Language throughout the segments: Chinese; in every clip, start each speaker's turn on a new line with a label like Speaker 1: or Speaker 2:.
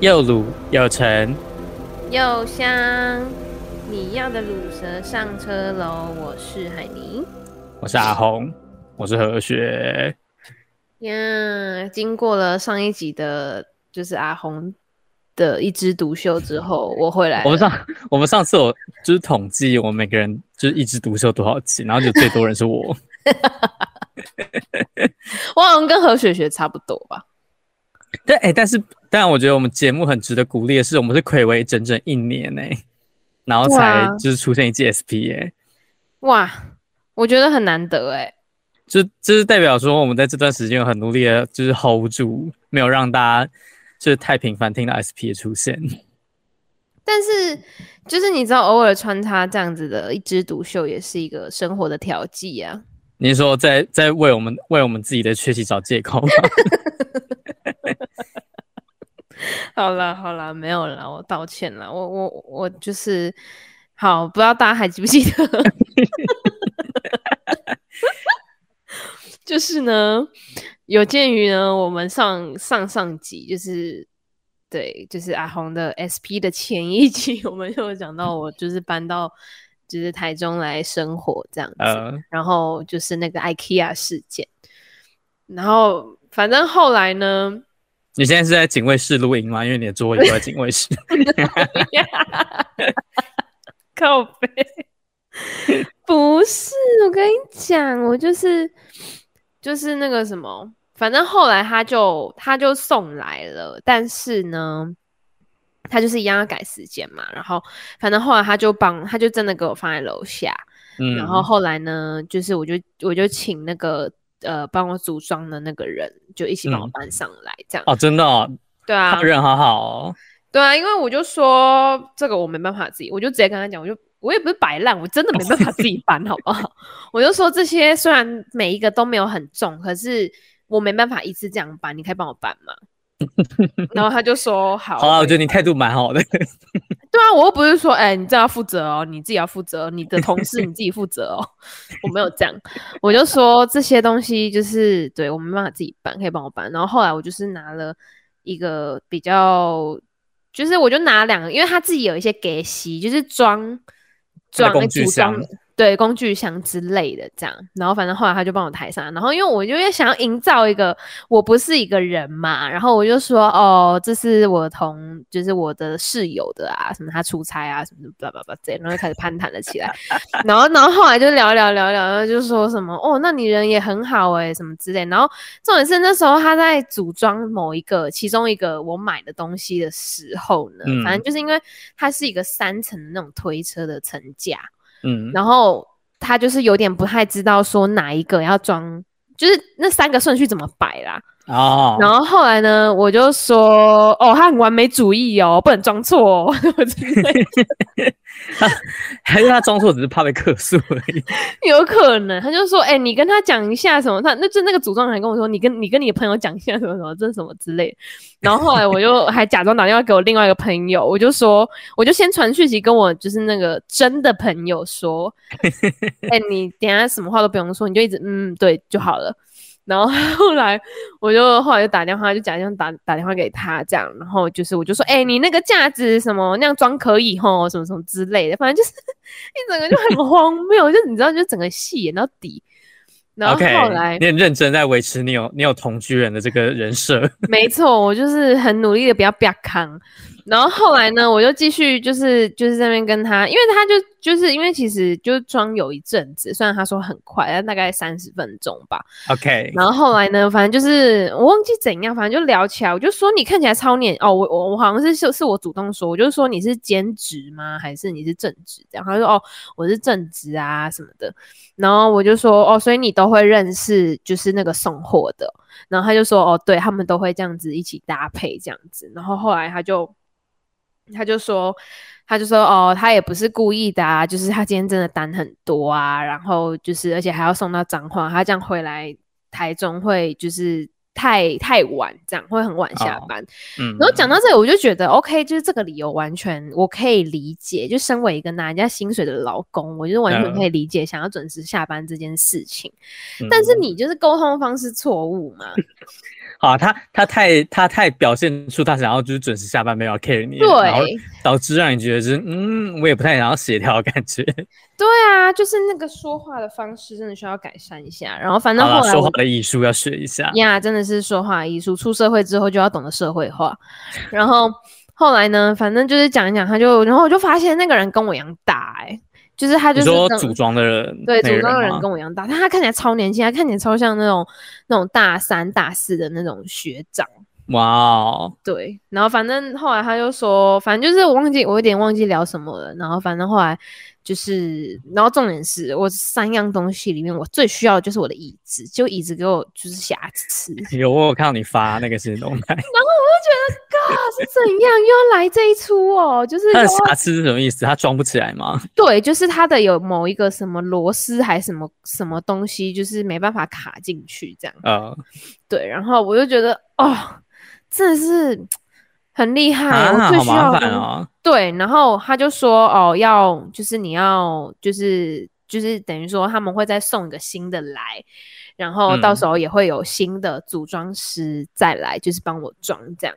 Speaker 1: 又卤又陈，
Speaker 2: 又香，你要的卤蛇上车喽！我是海尼
Speaker 1: 我是阿红，我是何雪。
Speaker 2: 呀。经过了上一集的，就是阿红的一枝独秀之后，我回来
Speaker 1: 我们
Speaker 2: 了。
Speaker 1: 上我们上次我就是统计我们每个人就是一枝独秀多少集，然后就最多人是 我。
Speaker 2: 我好像跟何雪雪差不多吧？
Speaker 1: 但哎、但是当然，我觉得我们节目很值得鼓励的是，我们是暌违整整一年呢、哎然后才
Speaker 2: 哇
Speaker 1: 就是出现一季 SP 哎、
Speaker 2: 哇，我觉得很难得哎、
Speaker 1: 就就是代表说我们在这段时间有很努力的，就是 hold 住，没有让大家就是太频繁听到 SP 的出现。
Speaker 2: 但是就是你知道，偶尔穿插这样子的一枝独秀，也是一个生活的调剂啊。
Speaker 1: 你是说在在为我们为我们自己的缺席找借口吗？
Speaker 2: 好啦好啦，没有啦，我道歉啦，我我我就是好，不知道大家还记不记得？就是呢，有鉴于呢，我们上上上集就是对，就是阿红的 SP 的前一集， 我们就有讲到我就是搬到就是台中来生活这样子，
Speaker 1: 呃，
Speaker 2: 然后就是那个 IKEA 事件，然后反正后来呢，
Speaker 1: 你现在是在警卫室录音吗？因为你的座位都在警卫 室。
Speaker 2: 靠背。 不是，我跟你讲，我就是就是那个什么，反正后来他就他就送来了，但是呢，他就是一样要改时间嘛。然后反正后来他就帮他就真的给我放在楼下，
Speaker 1: 嗯，
Speaker 2: 然后后来呢，就是我就我就请那个呃帮我组装的那个人就一起帮我
Speaker 1: 嗯
Speaker 2: 搬上来，这样、
Speaker 1: 哦，真的、哦，
Speaker 2: 对啊
Speaker 1: 他，人好好、哦，
Speaker 2: 对啊，因为我就说这个我没办法自己，我就直接跟他讲，我就我也不是摆烂，我真的没办法自己搬，好不好？ 我就说这些虽然每一个都没有很重，可是我没办法一次这样搬，你可以帮我搬吗？ 然后他就说好，
Speaker 1: 好啊，我觉得
Speaker 2: 得
Speaker 1: 你态度蛮好的。
Speaker 2: 对啊，我又不是说哎、你这要负责哦，你自己要负责，你的同事你自己负责哦，我没有这样，我就说这些东西就是对我没办法自己搬，可以帮我搬。然后后来我就是拿了一个比较，就是我就拿两个，因为他自己有一些给洗，就是装
Speaker 1: 他的
Speaker 2: 装
Speaker 1: 工具
Speaker 2: 组装
Speaker 1: 箱
Speaker 2: 对工具箱之类的这样。然后反正后来他就帮我抬上来，然后因为我就也想要营造一个我不是一个人嘛，然后我就说哦，这是我同就是我的室友的啊，什么他出差啊什么的，叭叭叭这样，然后就开始攀谈了起来。然后，然后后来就聊聊聊聊，然后就说什么哦，那你人也很好哎、什么之类。然后重点是那时候他在组装某一个其中一个我买的东西的时候呢，
Speaker 1: 嗯
Speaker 2: 反正就是因为它是一个三层的那种推车的层架，
Speaker 1: 嗯，
Speaker 2: 然后他就是有点不太知道说哪一个要装，就是那三个顺序怎么摆啦。
Speaker 1: 哦，
Speaker 2: 然后后来呢，我就说哦，他很完美主义哦，不能装错哦， 我真的
Speaker 1: 还是他装错只是怕被客诉而已。
Speaker 2: 有可能，他就说，哎、你跟他讲一下什么，他那就那个组装人跟我说，你跟你跟你的朋友讲一下什么什么，这是什么之类的。然后后来我就还假装打电话给我另外一个朋友，我就说，我就先传讯息跟我就是那个真的朋友说，哎、你等一下什么话都不用说，你就一直嗯对就好了。然后后来我就后来就打电话，就假装打打电话给他这样，然后就是我就说，哎、你那个架子什么那样装可以吼，什么什么之类的，反正就是 一整个就很荒谬，就你知道，就整个戏演到底。 然后
Speaker 1: OK，
Speaker 2: 后来
Speaker 1: 你很认真在维持你有你有同居人的这个人设。
Speaker 2: 没错，我就是很努力的不要不要扛。然后后来呢，我就继续就是就是在那边跟他，因为他就就是因为其实就装有一阵子，虽然他说很快，但大概三十分钟吧。
Speaker 1: OK，
Speaker 2: 然后后来呢，反正就是我忘记怎样，反正就聊起来，我就说你看起来超年哦，我我我好像是是是我主动说，我就说你是兼职吗？还是你是正职？这样他就说哦，我是正职啊什么的。然后我就说哦，所以你都会认识就是那个送货的。然后他就说哦，对他们都会这样子一起搭配这样子。然后后来他就他就说。他就说哦，他也不是故意的啊，就是他今天真的单很多啊，然后就是而且还要送到彰化，他这样回来台中会就是太太晚，这样会很晚下班。
Speaker 1: 嗯，
Speaker 2: 然后讲到这里，我就觉得 OK，就是这个理由完全我可以理解。就身为一个拿人家薪水的老公，我就是完全可以理解想要准时下班这件事情。
Speaker 1: 嗯，
Speaker 2: 但是你就是沟通方式错误嘛？
Speaker 1: 好、啊，他他太他太表现出他想要就是准时下班，没有要 care 你，然后
Speaker 2: 对
Speaker 1: 导致让你觉得就是嗯，我也不太想要协调的感觉。
Speaker 2: 对啊，就是那个说话的方式真的需要改善一下。然后反正
Speaker 1: 好
Speaker 2: 后
Speaker 1: 了，
Speaker 2: 来
Speaker 1: 说话
Speaker 2: 我
Speaker 1: 的艺术要学一下。
Speaker 2: 呀，真的是说话艺术，出社会之后就要懂得社会化。然后后来呢，反正就是讲一讲，他就然后我就发现那个人跟我一样大哎、就是他
Speaker 1: 你
Speaker 2: 就是
Speaker 1: 说
Speaker 2: 那种
Speaker 1: 组装的人，
Speaker 2: 对，
Speaker 1: 那个
Speaker 2: 组装的人
Speaker 1: 吗
Speaker 2: 跟我一样大，但他看起来超年轻，他看起来超像那种那种大三、大四的那种学长。
Speaker 1: 哇哦，
Speaker 2: 对，然后反正后来他就说，反正就是我忘记，我有点忘记聊什么了。然后反正后来就是，然后重点是我三样东西里面，我最需要的就是我的椅子，就椅子给我就是瑕疵， 我就觉
Speaker 1: 有我有看到你发那个新 动态，
Speaker 2: 得 God 是怎样又要来这一出 哦，就是
Speaker 1: 他的
Speaker 2: 又要
Speaker 1: 瑕疵是什么意思？他装不起来吗？
Speaker 2: 对，就是它的有某一个什么螺丝还什么什么东西，就是没办法卡进去这样。
Speaker 1: 呃，
Speaker 2: 对，然后我就觉得哦，真的是很厉害，哎我
Speaker 1: 啊，
Speaker 2: 最
Speaker 1: 好
Speaker 2: 需要
Speaker 1: 麻
Speaker 2: 的
Speaker 1: 烦
Speaker 2: 东西
Speaker 1: 哦。
Speaker 2: 对，然后他就说哦，要就是你要就是就是等于说他们会再送一个新的来，然后到
Speaker 1: 嗯
Speaker 2: 时候也会有新的组装师再来，就是帮我装这样。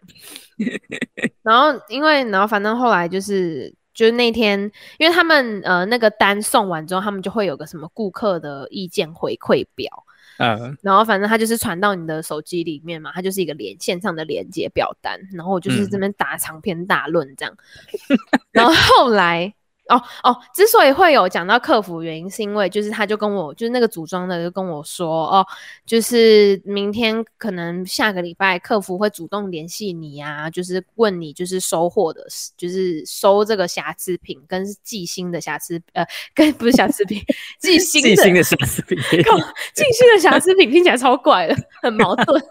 Speaker 2: 然后因为然后反正后来就是。就是那天，因为他们呃那个单送完之后，他们就会有个什么顾客的意见回馈表，
Speaker 1: 呃，
Speaker 2: 然后反正它就是传到你的手机里面嘛，它就是一个连线上的连接表单，然后我就是
Speaker 1: 嗯
Speaker 2: 这边打长篇大论这样， 然后后来。哦哦，之所以会有讲到客服，原因是因为就是他就跟我，就是那个组装的就跟我说，哦，就是明天可能下个礼拜客服会主动联系你啊，就是问你就是收货的事，就是收这个瑕疵品跟寄新的瑕疵，呃，跟不是瑕疵 品，寄新
Speaker 1: 细
Speaker 2: 的
Speaker 1: 心的瑕疵品，
Speaker 2: 靠，寄新的瑕疵品听起来超怪的， 很矛 盾，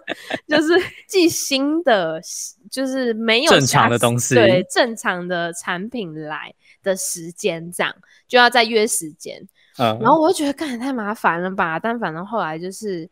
Speaker 2: 就是寄新的，就是没有
Speaker 1: 正
Speaker 2: 瑕
Speaker 1: 常的
Speaker 2: 疵
Speaker 1: 东西
Speaker 2: 对正常的产品来的时间，这样就要再约时间。
Speaker 1: 呃，
Speaker 2: 然后我就觉得干也太麻烦了吧，但反正后来就是，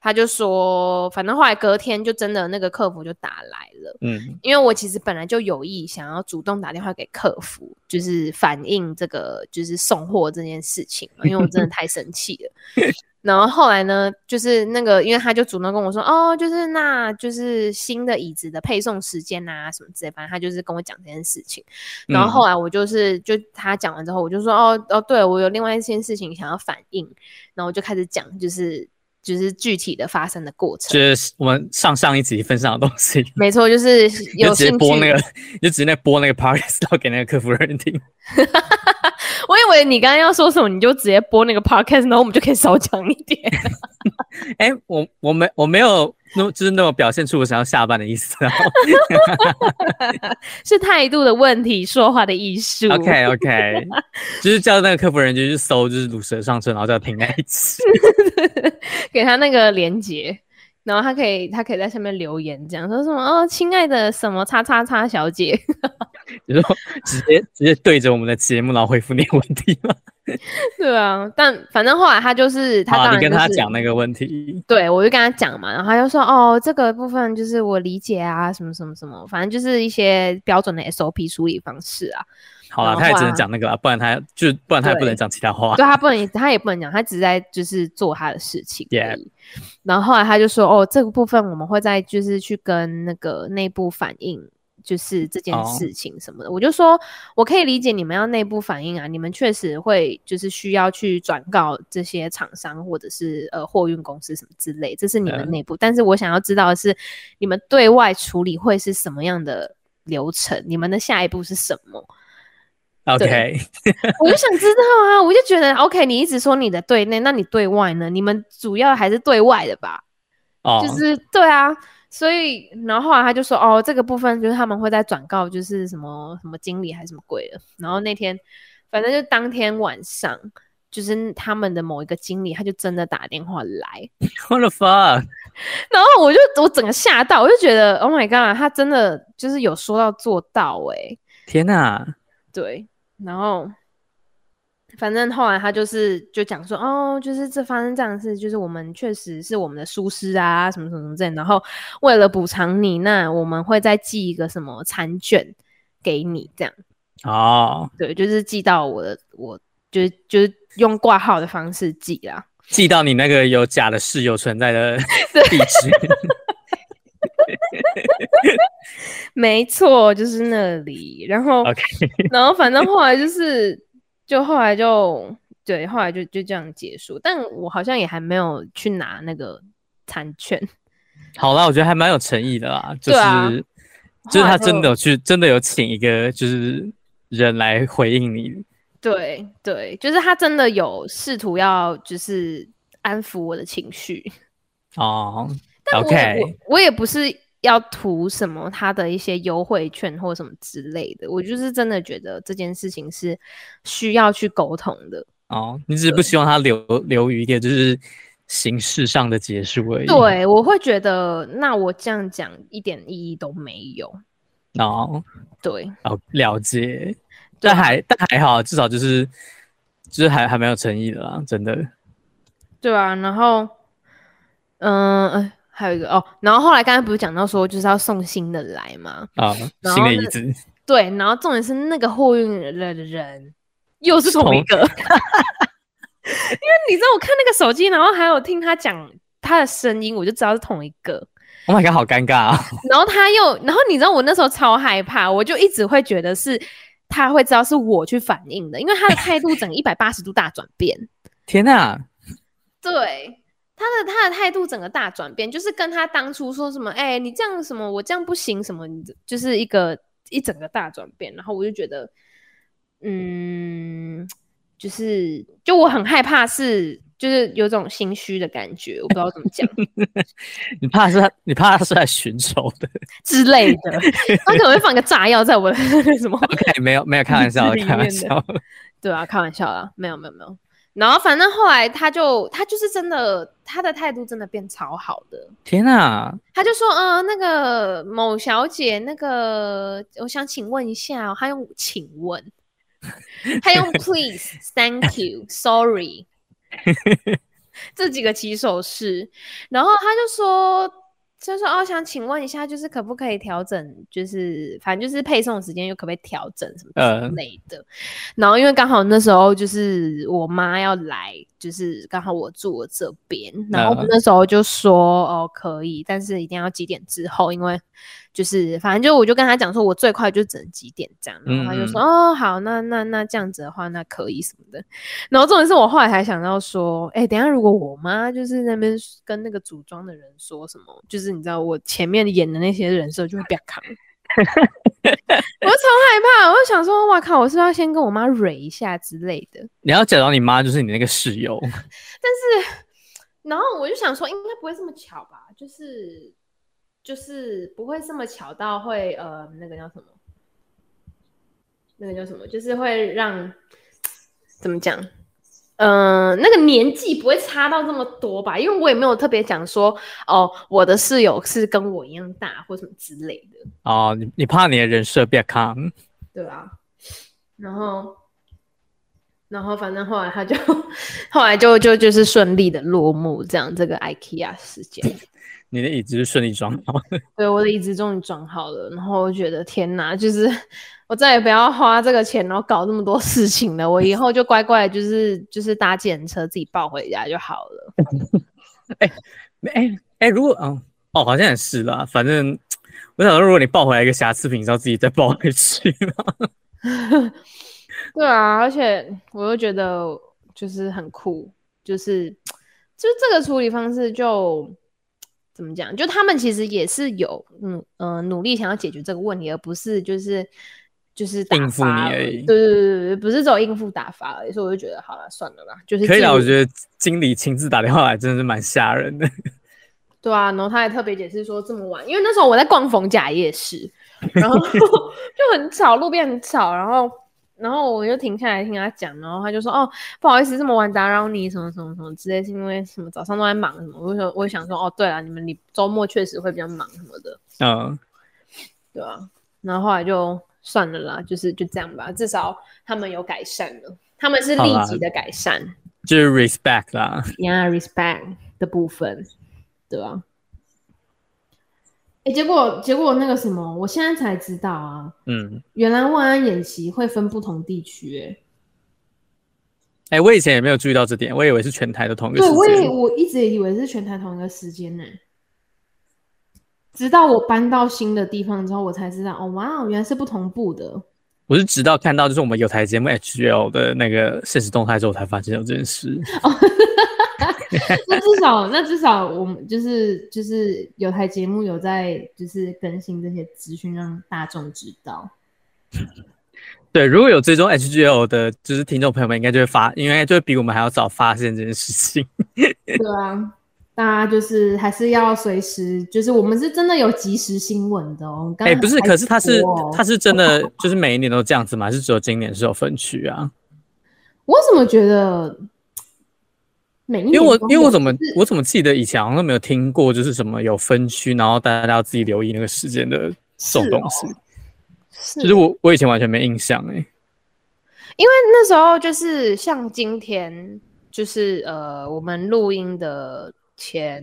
Speaker 2: 他就说，反正后来隔天就真的那个客服就打来了。
Speaker 1: 嗯，
Speaker 2: 因为我其实本来就有意想要主动打电话给客服，就是反映这个就是送货这件事情嘛，因为我真的太生气了。 然后后来呢，就是那个，因为他就主动跟我说，哦，就是那就是新的椅子的配送时间啊，什么之类，反正他就是跟我讲这件事情。然后
Speaker 1: 嗯
Speaker 2: 后来我就是就他讲完之后，我就说，哦哦，对我有另外一件事情想要反映，然后我就开始讲，就是就是具体的发生的过程。
Speaker 1: 就是我们上上一集分享的东西，
Speaker 2: 没错，就是
Speaker 1: 你
Speaker 2: 有
Speaker 1: 就直接
Speaker 2: 兴趣
Speaker 1: 播那个， 你就直接播那个 podcast 到给那个客服人听。
Speaker 2: 我以为你刚刚要说什么，你就直接播那个 podcast，然后我们就可以少讲一点。
Speaker 1: 哎，我我没我没有那么就是那么表现出我想要下班的意思。哦 然后
Speaker 2: 是态度的问题，说话的艺术。
Speaker 1: OK OK，就是叫那个客服人就去搜，就是卤蛇上车，然后叫停那一集。
Speaker 2: 给他那个连接，然后他可以他可以在下面留言，这样说什么哦，亲爱的什么叉叉叉小姐，
Speaker 1: 然后直接直接对着我们的节目，然后回复你的问题吗？
Speaker 2: 对啊。但反正后来他就是 他
Speaker 1: 好啊，
Speaker 2: 当然、
Speaker 1: 你
Speaker 2: 就是
Speaker 1: 跟他讲那个问题，
Speaker 2: 对，我就跟他讲嘛，然后他就说哦，这个部分就是我理解啊，什么什么什么，反正就是一些标准的 SOP 处理方式啊。
Speaker 1: 好了，
Speaker 2: 然后
Speaker 1: 他也只能
Speaker 2: 啊
Speaker 1: 讲那个啦，不然他就不然他也不
Speaker 2: 对
Speaker 1: 能讲其他话。
Speaker 2: 对他不能，他也不能讲，他只是在就是做他的事情而
Speaker 1: Yeah.
Speaker 2: 已。然后后来他就说，哦，这个部分我们会再就是去跟那个内部反映，就是这件
Speaker 1: 哦
Speaker 2: 事情什么的。我就说，我可以理解你们要内部反映啊，你们确实会就是需要去转告这些厂商或者是呃货运公司什么之类，这是你们
Speaker 1: 嗯
Speaker 2: 内部。但是我想要知道的是，你们对外处理会是什么样的流程？你们的下一步是什么？
Speaker 1: OK，
Speaker 2: 我就想知道啊，我就觉得 OK，你一直说你的对内，那你对外呢？你们主要还是对外的吧？
Speaker 1: 哦，
Speaker 2: 就是对啊，所以然后后来他就说，哦，这个部分就是他们会再转告，就是什么什么经理还是什么鬼的。然后那天，反正就当天晚上，就是他们的某一个经理，他就真的打电话来，
Speaker 1: what the fuck？
Speaker 2: 然后我就我整个吓到，我就觉得 Oh my god，他真的就是有欸说到做到哎、
Speaker 1: 天哪！
Speaker 2: 对，然后反正后来他就是就讲说，哦，就是这发生这样的事，就是我们确实是我们的疏失啊，什么什么什么之类的。然后为了补偿你，那我们会再寄一个什么餐券给你，这样
Speaker 1: 哦，
Speaker 2: 对，就是寄到我的，我就是就是用挂号的方式寄啦。
Speaker 1: 寄到你那个有假的室友存在的
Speaker 2: 对
Speaker 1: 地址。
Speaker 2: 没错，就是那里。然后
Speaker 1: OK，
Speaker 2: 然后反正后来就是，就后来就对，后来就就这样结束。但我好像也还没有去拿那个餐券，
Speaker 1: 好啦，我觉得还蛮有诚意的啦，就是、
Speaker 2: 对啊
Speaker 1: 就是
Speaker 2: 后
Speaker 1: 他
Speaker 2: 来
Speaker 1: 真的
Speaker 2: 就
Speaker 1: 有去，真的有请一个就是人来回应你。
Speaker 2: 对对，就是他真的有试图要就是安抚我的情绪，
Speaker 1: 哦
Speaker 2: 但我
Speaker 1: ，OK，
Speaker 2: 我我也不是要图什么他的一些优惠券或什么之类的，我就是真的觉得这件事情是需要去沟通的。
Speaker 1: 哦，你只是不希望他留留于一个就是形式上的结束而已。，
Speaker 2: 对，我会觉得那我这样讲一点意义都没有。
Speaker 1: 哦，
Speaker 2: 对，
Speaker 1: 哦，了解。
Speaker 2: 对
Speaker 1: 但
Speaker 2: 啊
Speaker 1: 还但还好，至少就是就是还还蛮有诚意的啦，真的。
Speaker 2: 对啊，然后，嗯、呃还有一个哦，然后后来刚才不是讲到说就是要送新的来嘛？
Speaker 1: 啊、
Speaker 2: 然
Speaker 1: 新
Speaker 2: 后
Speaker 1: 的一
Speaker 2: 那
Speaker 1: 字，
Speaker 2: 对，然后重点是那个货运的人又是同
Speaker 1: 同
Speaker 2: 一个，因 为你知道我看那个手机，然后还有听他讲他的声音，我就知道是同一个。
Speaker 1: Oh my god，好尴尬啊！
Speaker 2: 然后他又，然后你知道我那时候超害怕，我就一直会觉得是他会知道是我去反应的，因为他的态度 整一百八十度大转变。
Speaker 1: 天哪、
Speaker 2: 对，他的他的态度整个大转变，就是跟他当初说什么，哎、你这样什么，我这样不行什么，你这就是一个一整个大转变。然后我就觉得，嗯，就是就我很害怕是。就是有种心虚的感觉，我不知道怎么讲
Speaker 1: 你怕是他你怕他是来寻仇的
Speaker 2: 之类 的，他可能会放个炸药在我的 什么
Speaker 1: ？OK，没有没有开玩笑的，
Speaker 2: 里
Speaker 1: 开玩
Speaker 2: 面的
Speaker 1: 笑。
Speaker 2: 对啊，开玩笑啦，没有没有没有。然后反正后来他就他就是真的，他的态度真的变超好的。
Speaker 1: 天哪、
Speaker 2: 他就说，呃，那个某小姐，那个我想请问一下哦、他用请问，他用 please、thank you、sorry 这几个起手式，然后他就说，就说哦，想请问一下，就是可不可以调整，就是反正就是配送时间又可不可以调整什么
Speaker 1: 嗯
Speaker 2: 之类的。然后因为刚好那时候就是我妈要来，就是刚好我住我这边，然后我们那时候就说、哦可以，但是一定要几点之后，因为就是反正就我就跟他讲说，我最快就只能几点这样，然后他就说哦好，那那那这样子的话，那可以什么的。然后重点是我后来还想到说，哎、等一下如果我妈就是那边跟那个组装的人说什么，就是你知道我前面演的那些人设就会被扛。 我超害怕，我就想说，哇靠！我是不是要先跟我妈蕊一下之类的。
Speaker 1: 你要假装你妈就是你那个室友，
Speaker 2: 但是，然后我就想说，应该不会这么巧吧？就是就是不会这么巧到会呃，那个叫什么？那个叫什么？就是会让怎么讲？嗯、那个年纪不会差到这么多吧？因为我也没有特别讲说哦，我的室友是跟我一样大或什么之类的。
Speaker 1: 哦，你你怕你的人设变康，
Speaker 2: 对啊，然后，然后反正后来他就， 后来就就就是顺利的落幕，这样这个 IKEA 事件，
Speaker 1: 你的椅子是顺利装好。
Speaker 2: 对我的椅子终于装好了，然后我觉得天哪，就是我再也不要花这个钱，然后搞那么多事情了，我以后就乖乖地就是就是搭计程车自己抱回家就好了。
Speaker 1: 哎哎、如果嗯哦，好像也是啦，反正我想说，如果你抱回来一个瑕疵品，你知道自己再抱回去吗？
Speaker 2: 对啊，而且我又觉得就是很酷，就是就这个处理方式就怎么讲？就他们其实也是有嗯呃努力想要解决这个问题，而不是就是就是打
Speaker 1: 应付你
Speaker 2: 发
Speaker 1: 而已
Speaker 2: 对对对对，不是只有应付打发而已，所以我就觉得好了，算了啦，就是
Speaker 1: 可以啦，
Speaker 2: 尽
Speaker 1: 我
Speaker 2: 力
Speaker 1: 觉得经理亲自打电话来真的是蛮吓人的。
Speaker 2: 对啊，然后他还特别解释说这么晚，因为那时候我在逛逢甲夜市，然后 就很吵，路边很吵，然后然后我就停下来听他讲，然后他就说哦，不好意思，这么晚打扰你，什么什么什么之类，是因为什么早上都在忙什么，我就说我就想说哦，对啊，你们你周末确实会比较忙什么的，
Speaker 1: 嗯，
Speaker 2: 对啊，然后后来就算了啦，就是就这样吧，至少他们有改善了，他们是
Speaker 1: 好
Speaker 2: 立
Speaker 1: 啦
Speaker 2: 即的改善
Speaker 1: 就是 respect 啦。
Speaker 2: ，yeah respect 的部分，对吧、啊？哎、结果结果那个什么，我现在才知道啊，
Speaker 1: 嗯，
Speaker 2: 原来万安演习会分不同地区、欸，
Speaker 1: 哎、我以前也没有注意到这点，我以为是全台的同一个
Speaker 2: 对，我
Speaker 1: 时
Speaker 2: 也
Speaker 1: 间。
Speaker 2: 我一直以为是全台同一个时间呢、直到我搬到新的地方之后，我才知道，哦哇，原来是不同步的。
Speaker 1: 我是直到看到就是我们有台节目 HGL 的那个现实动态之后，我才发现有这件事。
Speaker 2: 那至少那至少我们就是就是有台节目有在就是更新这些资讯，让大众知道。
Speaker 1: 对，如果有追踪 HGL 的，就是听众朋友们应该就会发，应该就会比我们还要早发现这件事情。
Speaker 2: 对啊，大家就是还是要随时，就是我们是真的有即时新闻的哦。
Speaker 1: 哎、不是，可是它是它
Speaker 2: 他
Speaker 1: 是真的，就是每一年都这样子嘛？还是只有今年是有分区啊？
Speaker 2: 我怎么觉得嗯每一
Speaker 1: 因为我
Speaker 2: 年都
Speaker 1: 因为我
Speaker 2: 有
Speaker 1: 怎么我怎么记得以前好像都没有听过，就是什么有分区，然后大家要自己留意那个时间的这种
Speaker 2: 是
Speaker 1: 东
Speaker 2: 哦
Speaker 1: 西。
Speaker 2: 是
Speaker 1: 就是我我以前完全没印象哎、
Speaker 2: 因为那时候就是像今天，就是呃，我们录音的前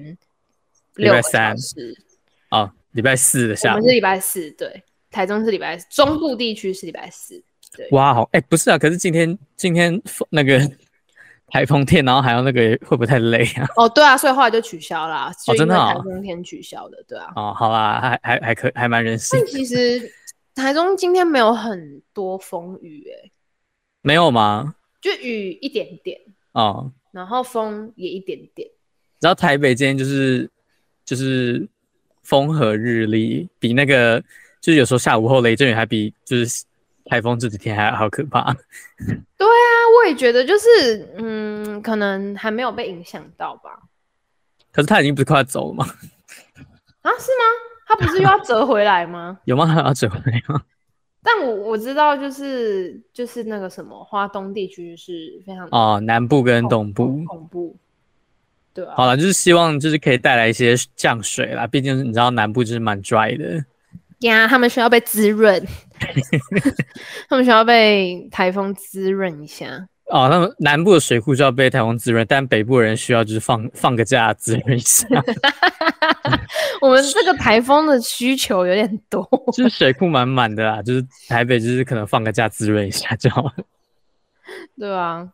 Speaker 1: 礼
Speaker 2: 六
Speaker 1: 拜
Speaker 2: 个
Speaker 1: 三
Speaker 2: 小时，
Speaker 1: 哦，礼拜四的
Speaker 2: 我
Speaker 1: 下
Speaker 2: 们
Speaker 1: 午
Speaker 2: 是。礼拜四，对，台中是礼拜四，中部地区是礼拜四，
Speaker 1: 哇，好哎、不是啊，可是今天今天风那个台风天，然后还有那个会不会太累啊？
Speaker 2: 哦，对啊，所以后来就取消啦，就因
Speaker 1: 真
Speaker 2: 为
Speaker 1: 的哦
Speaker 2: 台风天取消的，对啊。
Speaker 1: 哦，好啦，还还还可还蛮人性
Speaker 2: 但，其实台中今天没有很多风雨、欸，
Speaker 1: 没有吗？
Speaker 2: 就雨一点点，
Speaker 1: 哦，
Speaker 2: 然后风也一点点，
Speaker 1: 然后台北今天就是就是风和日丽，比那个就是有时候下午后雷阵雨还比就是台风这几天还好可怕。
Speaker 2: 那我也觉得就是，嗯，可能还没有被影响到吧。
Speaker 1: 可是他已经不是快要走了吗？？
Speaker 2: 啊，是吗？它不是又要折回来吗
Speaker 1: 有吗？还要走没有？
Speaker 2: 但我我知道，就是就是那个什么，华东地区是非常
Speaker 1: 哦，南部跟东部
Speaker 2: 恐。恐怖，对啊，
Speaker 1: 好了，就是希望就是可以带来一些降水啦，毕竟你知道南部就是蛮 dry 的。
Speaker 2: 呀，他们需要被滋润， 他们需要被台风滋润一下。
Speaker 1: 哦，那么南部的水库就要被台风滋润，但北部的人需要就是放放个假滋润一下，
Speaker 2: 我们这个台风的需求有点多，
Speaker 1: 就是水库满满的啦，就是台北就是可能放个假滋润一下就好了。
Speaker 2: 对啊。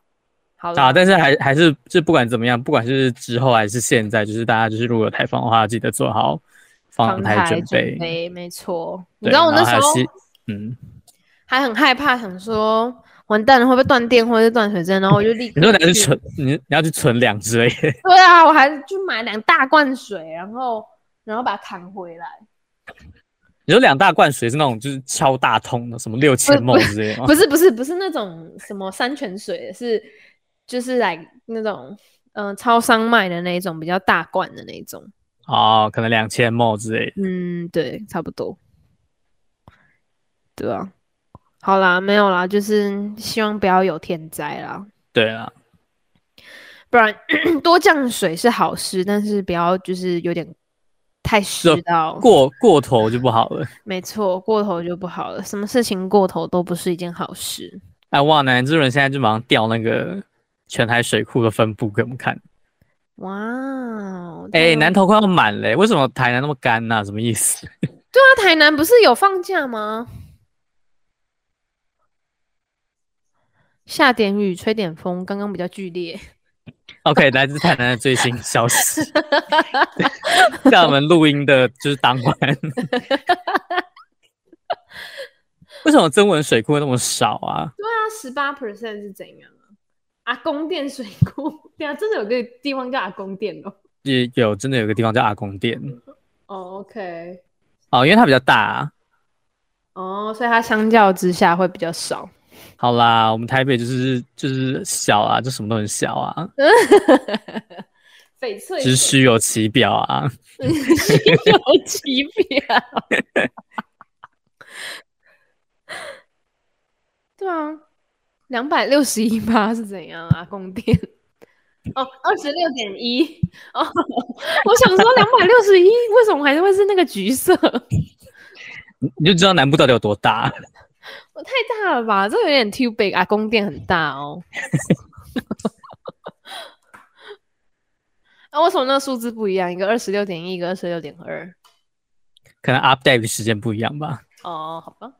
Speaker 2: 好了，
Speaker 1: 啊，但是还还是就不管怎么样，不管是之后还是现在，就是大家就是如果有台风的话，记得做好防台准备。
Speaker 2: 备，没错。你
Speaker 1: 对
Speaker 2: 知道我
Speaker 1: 然后
Speaker 2: 那
Speaker 1: 还
Speaker 2: 时
Speaker 1: 有
Speaker 2: 候
Speaker 1: 西嗯，
Speaker 2: 还很害怕，想说完蛋了会不会断电或者是断水针，然后我就立刻
Speaker 1: 你说你要去
Speaker 2: 去
Speaker 1: 存，你你要去存粮之类的，
Speaker 2: 对啊，我还去买两大罐水，然后然后把它扛回来。
Speaker 1: 你说两大罐水是那种就是超大桶的，什么六千
Speaker 2: 不
Speaker 1: 梦之 类的吗
Speaker 2: 不？是不是不是那种什么山泉水，是就是来那种嗯、呃超商卖的那一种比较大罐的那一种。
Speaker 1: 哦，可能两千梦之类的。
Speaker 2: 嗯，对，差不多。对啊，好啦，没有啦，就是希望不要有天灾啦，
Speaker 1: 对啊，
Speaker 2: 不然 多降水是好事，但是不要就是有点太湿到
Speaker 1: 啊过过头就不好了。
Speaker 2: 没错，过头就不好了。什么事情过头都不是一件好事。
Speaker 1: 哎哇，南之人现在就马上调那个全台水库的分布给我们看。
Speaker 2: 哇哦！
Speaker 1: 哎、
Speaker 2: 真的
Speaker 1: 南投快要满嘞，为什么台南那么干呐、什么意思？
Speaker 2: 那台南不是有放假吗？下点雨，吹点风，刚刚比较剧烈。
Speaker 1: OK，来自台南的最新消 息，在我们录音的就是当 晚。为什么增文水库会那么少啊？
Speaker 2: 那十八 percent 是怎样啊？阿公店水库， 对啊，真的有个地方叫阿公店哦。
Speaker 1: 也有真的有个地方叫阿公店
Speaker 2: 哦，OK，
Speaker 1: 哦，因为它比较大、啊。
Speaker 2: 哦，所以它相较之下会比较少。
Speaker 1: 好啦，我们台北就是就是小啊，就什么都很小啊，
Speaker 2: 翡翠
Speaker 1: 只是虚有其表啊。
Speaker 2: 心 有其表。 对啊，两百六十一趴是怎样啊？供电哦，二十六点一哦，我想说两百六十一为什么还是会是那个橘色？
Speaker 1: 你就知道南部到底有多大。
Speaker 2: 我太大了吧？这有点 too big 啊，宫殿很大哦。 啊，为什么那个数字不一样？一个二十六点一，一个二十六点二。
Speaker 1: 可能 update 的时间不一样吧。
Speaker 2: 哦，好吧。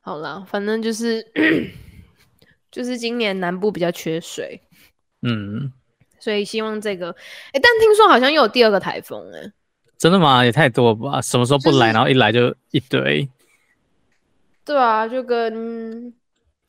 Speaker 2: 好啦，反正就是 就是今年南部比较缺水，
Speaker 1: 嗯，
Speaker 2: 所以希望这个。哎、但听说好像又有第二个台风哎、
Speaker 1: 真的吗？也太多了吧？什么时候不来，
Speaker 2: 就是
Speaker 1: 然后一来就一堆。
Speaker 2: 对啊，就跟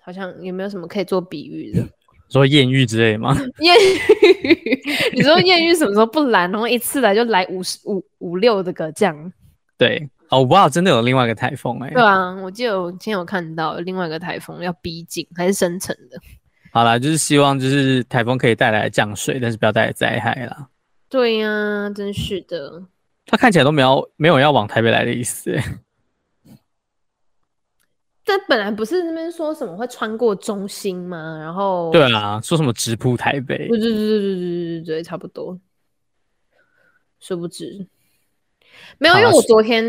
Speaker 2: 好像也没有什么可以做比喻的
Speaker 1: 说艳遇之类吗？
Speaker 2: 艳遇。你说艳遇什么时候不来，然后一次来就来五十五五六的个这样？
Speaker 1: 对，哦，哇，真的有另外一个台风哎、
Speaker 2: 对啊，我记得我今天有看到有另外一个台风要逼近，还是深层的。
Speaker 1: 好啦，就是希望就是台风可以带来降水，但是不要带来灾害啦。
Speaker 2: 对呀、真是的。
Speaker 1: 它看起来都没有没有要往台北来的意思、欸。
Speaker 2: 但本来不是那边说什么会穿过中心吗？然后
Speaker 1: 对啊，说什么直扑台北
Speaker 2: 对，对对对对对对对，差不多。殊不知，没有，因为
Speaker 1: 好啊
Speaker 2: 我
Speaker 1: 是
Speaker 2: 昨天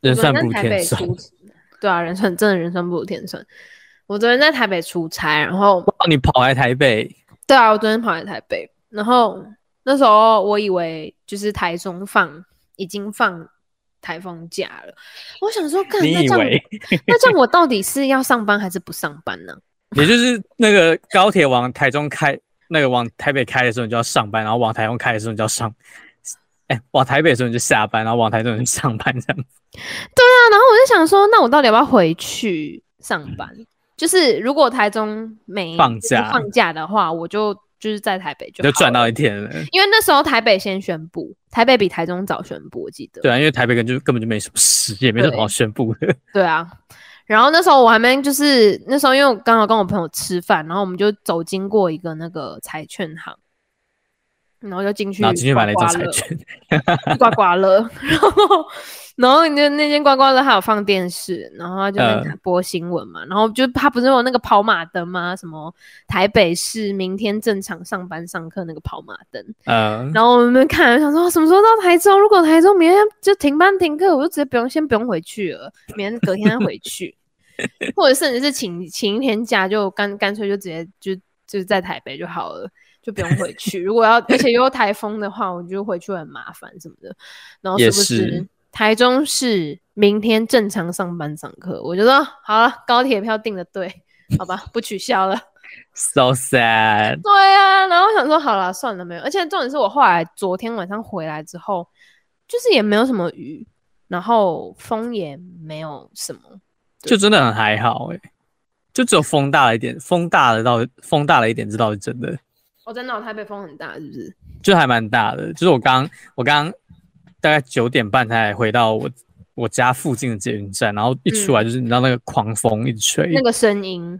Speaker 1: 人
Speaker 2: 我昨
Speaker 1: 算
Speaker 2: 天
Speaker 1: 不如
Speaker 2: 在台北
Speaker 1: 天算。
Speaker 2: 出差，对啊，人算真的人算不如天算。我昨天在台北出差，然后
Speaker 1: 哇，哦你跑来台北，
Speaker 2: 对啊，我昨天跑来台北，然后那时候我以为就是台中放已经放台风假了，我想说，干
Speaker 1: 你
Speaker 2: 那
Speaker 1: 以
Speaker 2: 这样
Speaker 1: 为
Speaker 2: 那这样我到底是要上班还是不上班呢？
Speaker 1: 也就是那个高铁往台中开，那个往台北开的时候你就要上班，然后往台中开的时候你就要上，哎、往台北的时候你就下班，然后往台中你就上班这样。
Speaker 2: 那啊然后我就想说，那我到底要不要回去上班？就是如果台中没
Speaker 1: 放
Speaker 2: 就是
Speaker 1: 假
Speaker 2: 放假的话，我就就是在台北就
Speaker 1: 你就
Speaker 2: 好
Speaker 1: 赚
Speaker 2: 了
Speaker 1: 到一天了。
Speaker 2: 因为那时候台北先宣布，台北比台中早宣布，我记得。
Speaker 1: 对啊，因为台北根本就根本就没什么事，也没什么好宣布的。
Speaker 2: 对啊，然后那时候我还没就是那时候，因为我刚好跟我朋友吃饭，然后我们就走经过一个那个彩券行，然后就进去
Speaker 1: 然后进去买了一张
Speaker 2: 刮刮
Speaker 1: 彩
Speaker 2: 乐
Speaker 1: 券，
Speaker 2: 刮刮乐， 然后然后你就那间刮刮乐还有放电视，然后他就在
Speaker 1: 嗯
Speaker 2: 那播新闻嘛，然后就他不是有那个跑马灯吗？什么台北市明天正常上班上课那个跑马灯，
Speaker 1: 嗯、
Speaker 2: 然后我们看想说什么时候到台中？如果台中明天就停班停课，我就直接不用先不用回去了，明天隔天再回 去，或者甚至是请请一天假就干干脆就直接就就是在台北就好了。就不用回去。如果要，而且又有台风的话，我就回去会很麻烦什么的。然后
Speaker 1: 也
Speaker 2: 是不是
Speaker 1: 是
Speaker 2: 台中市明天正常上班上课？我就说好了，高铁票订的对，好吧，不取消了。
Speaker 1: s o sad。
Speaker 2: 对啊，然后我想说好了，算了没有。而且重点是我后来昨天晚上回来之后，就是也没有什么雨，然后风也没有什么。
Speaker 1: 就真的很还好哎、就只有风大了一点，风大了到风大了一点，这倒是真的，
Speaker 2: 我、真的、哦，台北风很大，是不是？
Speaker 1: 就还蛮大的。就是我刚我刚大概九点半才回到我我家附近的捷运站，然后一出来就是你知道那个狂风一直吹
Speaker 2: 嗯那，个声音，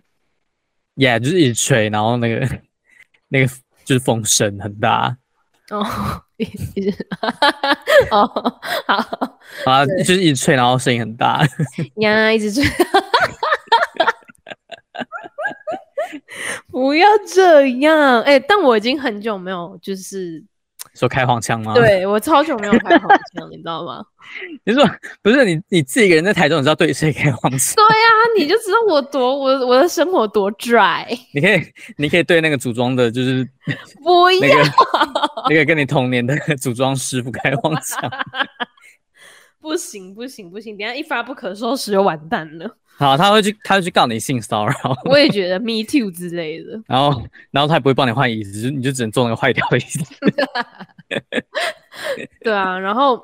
Speaker 1: 耶、yeah, 就是一直吹，然后那个 那个就是风声很大
Speaker 2: 哦，也也是，哦，好
Speaker 1: 啊，就是一直吹，然后声音很大。
Speaker 2: 呀，一直追，不要这样。哎、但我已经很久没有，就是
Speaker 1: 说开黄腔吗？，
Speaker 2: 对我超久没有开黄腔，你知道吗？
Speaker 1: 你说不是你你自己一个人在台中，你知道对谁开黄腔？
Speaker 2: 对啊，你就知道我多 我我的生活多 dry，
Speaker 1: 你可以，你可以对那个组装的，就是
Speaker 2: 不
Speaker 1: 那
Speaker 2: 要
Speaker 1: 个那个跟你同年的 组装师傅开黄腔。
Speaker 2: 不行不行不行，等一下一发不可收拾就完蛋 了。
Speaker 1: 好，他会去，他会去告你性骚扰，
Speaker 2: 我也觉得 me too 之类的，
Speaker 1: 然后，然后他也不会帮你换椅子，就你就只能坐那个坏掉的椅子。
Speaker 2: 对啊，然后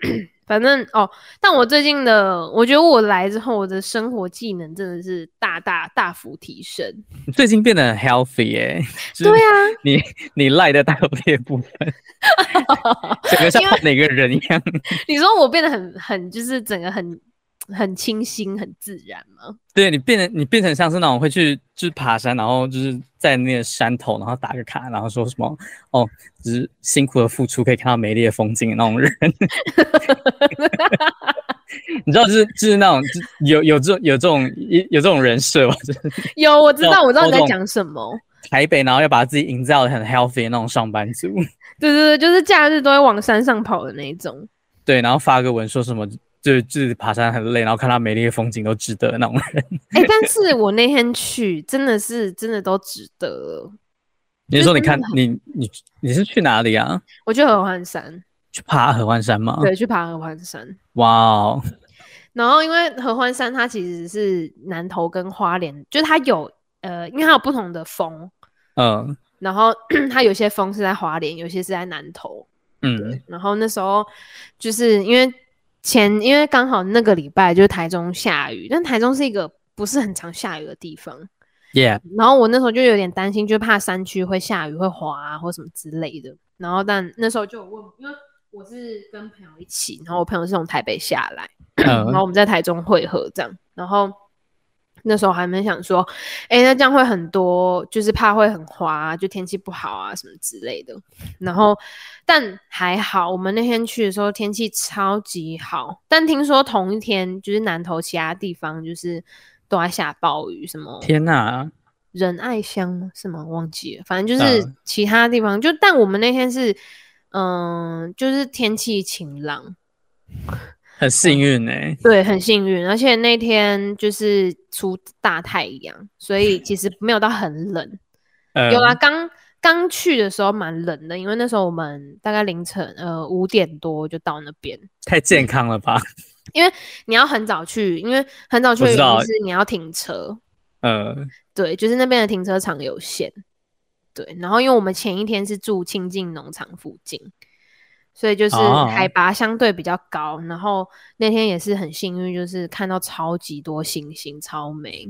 Speaker 2: 反正哦，但我最近的，我觉得我来之后，我的生活技能真的是大大大幅提升。
Speaker 1: 你最近变得很 healthy 耶、就是
Speaker 2: 对啊，
Speaker 1: 你你赖的大裂部 分， 整个像
Speaker 2: 因为
Speaker 1: 换了一个人一样。
Speaker 2: 你说我变得很很就是整个很很清新很自然吗？
Speaker 1: 对你变得你变成像是那种会去就是爬山，然后就是在那个山头，然后打个卡，然后说什么哦，只是辛苦的付出可以看到美丽的风景的那种人。 你知道，就是就是那种就是有有这种有这种有这种人设吧，就是
Speaker 2: 有，我知道，
Speaker 1: 我
Speaker 2: 我知道你在
Speaker 1: 我懂
Speaker 2: 讲什么。
Speaker 1: 台北，然后要把自己营造的很 healthy 的那种上班族。
Speaker 2: 对对对，就是假日都会往山上跑的那一种。
Speaker 1: 对，然后发个文说什么就就是爬山很累，然后看到美丽的风景都值得的那种人。
Speaker 2: 哎、但是我那天去真的是真的都值得了，
Speaker 1: 你是说你看你你你是去哪里啊？
Speaker 2: 我去合欢山，
Speaker 1: 去爬合欢山吗？
Speaker 2: 对，去爬合欢山。
Speaker 1: 哇哦，
Speaker 2: 然后因为合欢山它其实是南投跟花莲，就是它有呃，因为它有不同的风，
Speaker 1: 嗯
Speaker 2: 然后 它有些风是在花莲，有些是在南投。
Speaker 1: 嗯
Speaker 2: 然后那时候就是因为前，因为刚好那个礼拜就是台中下雨，但台中是一个不是很常下雨的地方。
Speaker 1: ，Yeah，
Speaker 2: 然后我那时候就有点担心，就怕山区会下雨会滑啊或什么之类的。然后但那时候就有问，因为我是跟朋友一起，然后我朋友是从台北下来，然后
Speaker 1: 嗯
Speaker 2: 我们在台中会合这样，然后那时候还没想说，哎、那这样会很多，就是怕会很滑啊、就天气不好啊什么之类的。然后但还好，我们那天去的时候天气超级好，但听说同一天就是南投其他地方就是都在下暴雨，什么
Speaker 1: 天哪，
Speaker 2: 仁爱乡吗？是吗？忘记了，反正就是
Speaker 1: 嗯
Speaker 2: 其他地方、就，但我们那天是。嗯，就是天气晴朗，
Speaker 1: 很幸运哎、
Speaker 2: 对，很幸运，而且那天就是出大太阳，所以其实没有到 很冷。
Speaker 1: 嗯
Speaker 2: 有啦，刚刚去的时候蛮冷的，因为那时候我们大概凌晨呃五点多就到那边。
Speaker 1: 太健康了吧？
Speaker 2: 你要很早去，因为很早去
Speaker 1: 我知
Speaker 2: 的原因
Speaker 1: 道
Speaker 2: 是你要停车，
Speaker 1: 嗯
Speaker 2: 对，就是那边的停车场有限。对，然后因为我们前一天是住清境农场附近，所以就是
Speaker 1: 哦
Speaker 2: 海拔相对比较高。然后那天也是很幸运，就是看到超级多星星，超美。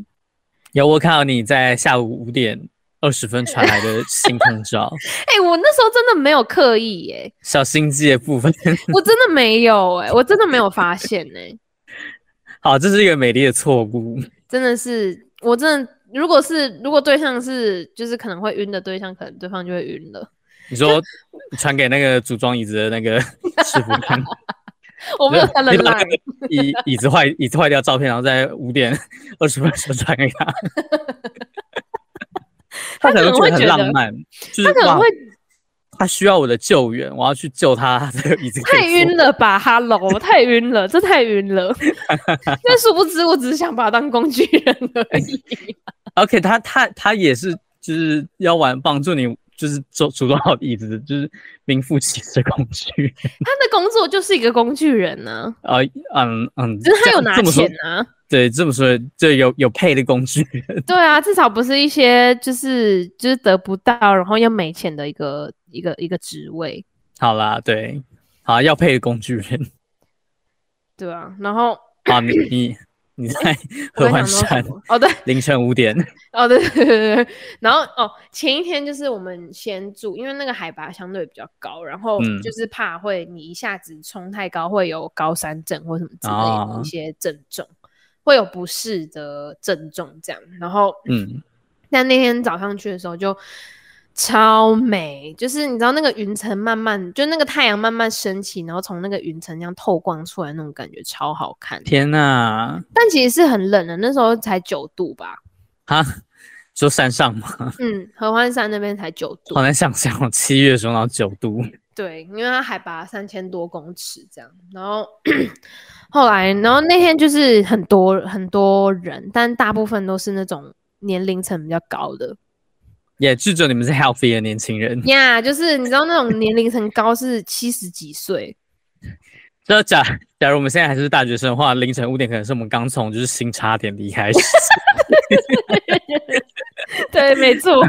Speaker 1: 有我看到你在下午五点二十分传来的星空照，
Speaker 2: 哎、我那时候真的没有刻意耶、
Speaker 1: 小心机的部分。
Speaker 2: 我真的没有哎、我真的没有发现哎、
Speaker 1: 好，这是一个美丽的错误。
Speaker 2: 真的是，我真的如果是如果对象是就是可能会晕的对象，可能对方就会晕了。
Speaker 1: 你 说传给那个组装椅子的那个师傅看，
Speaker 2: 我没有
Speaker 1: 你
Speaker 2: 他的
Speaker 1: 把那
Speaker 2: line，
Speaker 1: 个椅椅子坏椅子坏掉照片，然后在五点二十分的时候传给他，他可能会
Speaker 2: 会
Speaker 1: 觉
Speaker 2: 觉
Speaker 1: 得很
Speaker 2: 得
Speaker 1: 浪漫，就是
Speaker 2: 他可能
Speaker 1: 哇
Speaker 2: 会
Speaker 1: 他需要我的救援，我要去救他， 他才有椅子可以
Speaker 2: 太晕
Speaker 1: 坐。
Speaker 2: 了吧？Hello，太晕了，这太 晕了。但殊不知，我只是想把他当工具人而 已。
Speaker 1: OK，他他他也是就是要玩帮助你。就是组组装好椅子，就是名副其实的工具。
Speaker 2: 他的工作就是一个工具人呢、
Speaker 1: 啊，嗯嗯，
Speaker 2: 只是
Speaker 1: 这
Speaker 2: 他有
Speaker 1: 样
Speaker 2: 拿
Speaker 1: 这么说
Speaker 2: 钱啊。
Speaker 1: 对，这么说，就有有配的工具人，
Speaker 2: 对啊，至少不是一些就是就是得不到，然后又没钱的一个一个一个职位，
Speaker 1: 好啦，对，好要配的工具人，
Speaker 2: 对啊。然后
Speaker 1: 好，你你你 在
Speaker 2: 我
Speaker 1: 合
Speaker 2: 刚
Speaker 1: 欢
Speaker 2: 想到
Speaker 1: 山
Speaker 2: 什么？哦对
Speaker 1: 凌晨五点，
Speaker 2: 哦对 对对对对。然后哦，前一天就是我们先住，因为那个海拔相对比较高，然后
Speaker 1: 嗯
Speaker 2: 就是怕会你一下子冲太高会有高山症或什么之类
Speaker 1: 哦
Speaker 2: 的一些症状，会有不适的症状这样。然后
Speaker 1: 嗯，
Speaker 2: 但那天早上去的时候就超美，就是你知道那个云层慢慢，就那个太阳慢慢升起，然后从那个云层这样透光出来，那种感觉超好看。
Speaker 1: 天呐，
Speaker 2: 但其实是很冷的，那时候才九度吧，
Speaker 1: 哈，说山上嘛，
Speaker 2: 嗯，合欢山那边才九度
Speaker 1: 好，难想象哦，七月的时候到九度，
Speaker 2: 对，因为它海拔三千多公尺这样。然后 后来，然后那天就是很多很多人，但大部分都是那种年龄层比较高的，
Speaker 1: 也就只有你们是 healthy 的年轻人，
Speaker 2: 呀就是你知道那种年龄层高是七十几岁。
Speaker 1: 就假假如我们现在还是大学生的话，凌晨五点可能是我们刚从就是新差点离 开时
Speaker 2: 对，没错。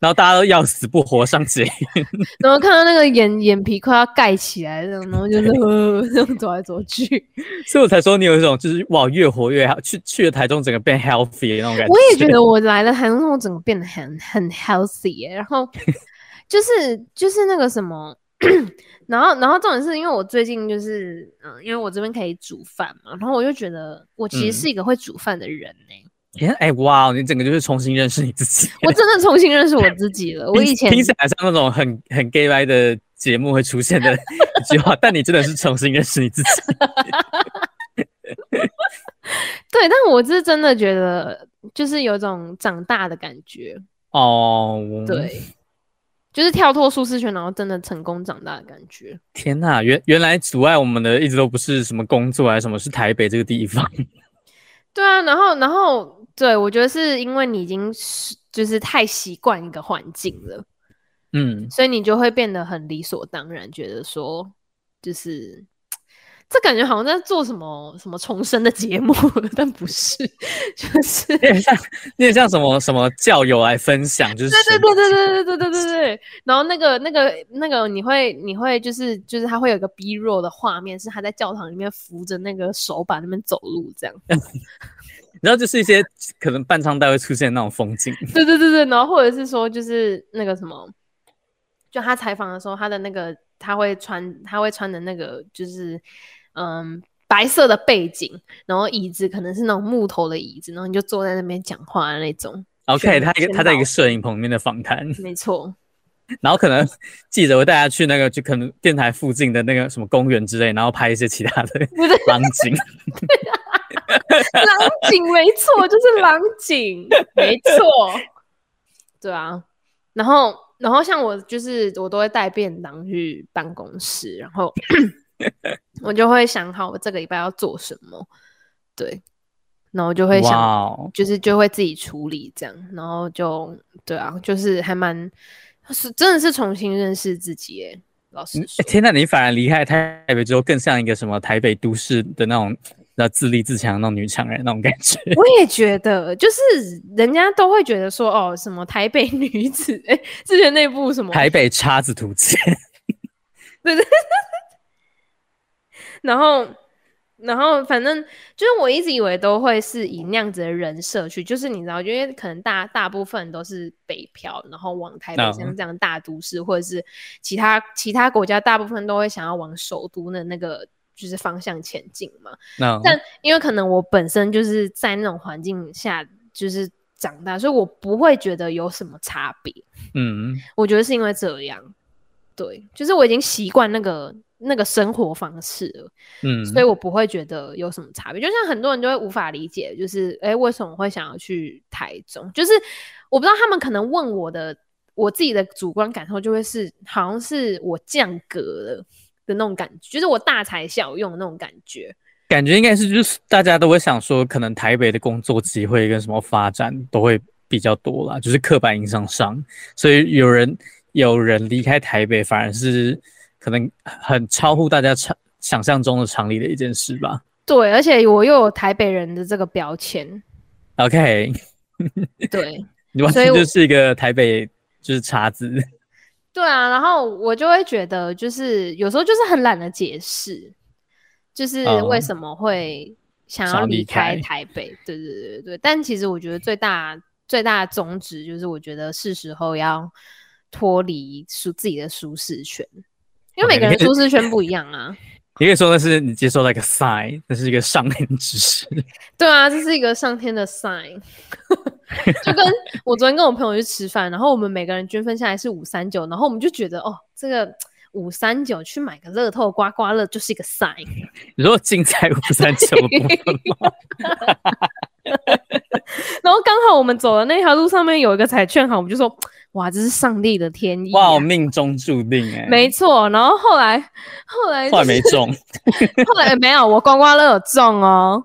Speaker 1: 然后大家都要死不活上街，
Speaker 2: 然后看到那个眼眼皮快要盖起来这样，然后就是 呃这样走来走去。
Speaker 1: 所以我才说你有一种就是哇越活越好，去去了台中整个变 healthy 的那种感觉。
Speaker 2: 我也觉得我来了台中之后，整个变得很很 healthy 耶、然 后就是就是那个什么。然后，然后重点是因为我最近就是，嗯，因为我这边可以煮饭嘛，然后我就觉得我其
Speaker 1: 嗯
Speaker 2: 实是一个会煮饭的人呢、
Speaker 1: 天，哎、哇哦，你整个就是重新认识你自己。
Speaker 2: 我真的重新认识我自己了。我
Speaker 1: 听
Speaker 2: 以前
Speaker 1: 听起来像那种很很 gay 歪的节目会出 现的一句话，但你真的是重新认识你自己。
Speaker 2: 对，但我是真的觉得就是有一种长大的感觉。
Speaker 1: 哦，
Speaker 2: 对，就是跳脱舒适圈，然后真的成功长大的感觉。
Speaker 1: 天呐，原原来阻碍我们的一直都不是什么工作还啊是什么，是台北这个地方。
Speaker 2: 对啊，然后然后对我觉得是因为你已经是就是太习惯一个环境了，
Speaker 1: 嗯，
Speaker 2: 所以你就会变得很理所当然，觉得说就是。这感觉好像在做什么什么重生的节目，但不是，就是
Speaker 1: 有点像有点像什么什么教友来分享，就是
Speaker 2: 对对对对对对对对对。然后那个那个那个，你会你会就是就是他会有一个 B roll 的画面，是他在教堂里面扶着那个手把那边走路这样。
Speaker 1: 然后就是一些可能半唱带会出现的那种风景。
Speaker 2: 对对对对，然后或者是说就是那个什么，就他采访的时候，他的那个他会穿他会穿的那个就是嗯。白色的背景，然后椅子可能是那种木头的椅子，然后你就坐在那边讲话的那种，
Speaker 1: OK，
Speaker 2: 宣
Speaker 1: 他一个
Speaker 2: 宣
Speaker 1: 他在一
Speaker 2: 导
Speaker 1: 个摄影棚里面的访谈，
Speaker 2: 没错。
Speaker 1: 然后可能记者会带他去那个就可能电台附近的那个什么公园之类，然后拍一些其他的浪景。
Speaker 2: 狼景没错，就是狼景，没错。对啊，然后然后像我就是我都会带便当去办公室，然后我就会想好我这个礼拜要做什么，对，然后 我就会想
Speaker 1: 哇哦，
Speaker 2: 就是就会自己处理这样，然后就对啊，就是还蛮是真的是重新认识自己耶，老实
Speaker 1: 诶
Speaker 2: 说，
Speaker 1: 哎天呐，你反而离开台北之后，更像一个什么台北都市的那种，那自立自强的那种女强人那种感觉。
Speaker 2: 我也觉得，就是人家都会觉得说，哦，什么台北 女子，哎、之前那部什么，
Speaker 1: 台北叉子图鉴，
Speaker 2: 然后，然后反正就是我一直以为都会是以那样子的人设去，就是你知道，因为可能大大部分都是北漂，然后往台北
Speaker 1: 嗯
Speaker 2: 像这样大都市，或者是其他其他国家，大部分都会想要往首都的那个就是方向前进嘛。
Speaker 1: 那
Speaker 2: 但因为可能我本身就是在那种环境下就是长大，所以我不会觉得有什么差别。
Speaker 1: 嗯，
Speaker 2: 我觉得是因为这样，对，就是我已经习惯那个那个生活方式了，
Speaker 1: 嗯，
Speaker 2: 所以我不会觉得有什么差别。就像很多人都会无法理解，就是诶，为什么会想要去台中？就是我不知道他们可能问我的，我自己的主观感受就会是好像是我降格了的那种感觉，就是我大材小用的那种感觉。
Speaker 1: 感觉应该是就是大家都会想说，可能台北的工作机会跟什么发展都会比较多啦，就是刻板印象上，所以有人有人离开台北，反而是可能很超乎大家常想象中的常理的一件事吧。
Speaker 2: 对，而且我又有台北人的这个标签，
Speaker 1: OK，
Speaker 2: 对。
Speaker 1: 你完
Speaker 2: 所以
Speaker 1: 全
Speaker 2: 我
Speaker 1: 就是一个台北就是叉子，
Speaker 2: 对啊，然后我就会觉得，就是有时候就是很懒得解释，就是
Speaker 1: 哦
Speaker 2: 为什么会想
Speaker 1: 想
Speaker 2: 要
Speaker 1: 要
Speaker 2: 离
Speaker 1: 离
Speaker 2: 开
Speaker 1: 开
Speaker 2: 台北。对对对对对，但其实我觉得最大最大的宗旨就是，我觉得是时候要脱离舒自己的舒适圈，因为每个
Speaker 1: OK，
Speaker 2: 人舒适圈不一样啊。
Speaker 1: 你可以说那是你接受到一个 sign，那是一个上天指示。
Speaker 2: 对啊，这是一个上天的 sign。就跟我昨天跟我朋友去吃饭，然后我们每个人均分下来是五三九，然后我们就觉得哦，这个五三九去买个乐透刮刮乐就是一个 sign。
Speaker 1: 你说竞赛五三九的部分吗？
Speaker 2: 然后刚好我们走的那条路上面有一个彩券行，我们就说哇，这是上帝的天意、
Speaker 1: 哇，
Speaker 2: 啊。
Speaker 1: 我命中注定哎、
Speaker 2: 没错，然后后来后
Speaker 1: 后
Speaker 2: 来、就
Speaker 1: 来
Speaker 2: 是、
Speaker 1: 没中。
Speaker 2: 后来没有，我刮刮乐有 中哦，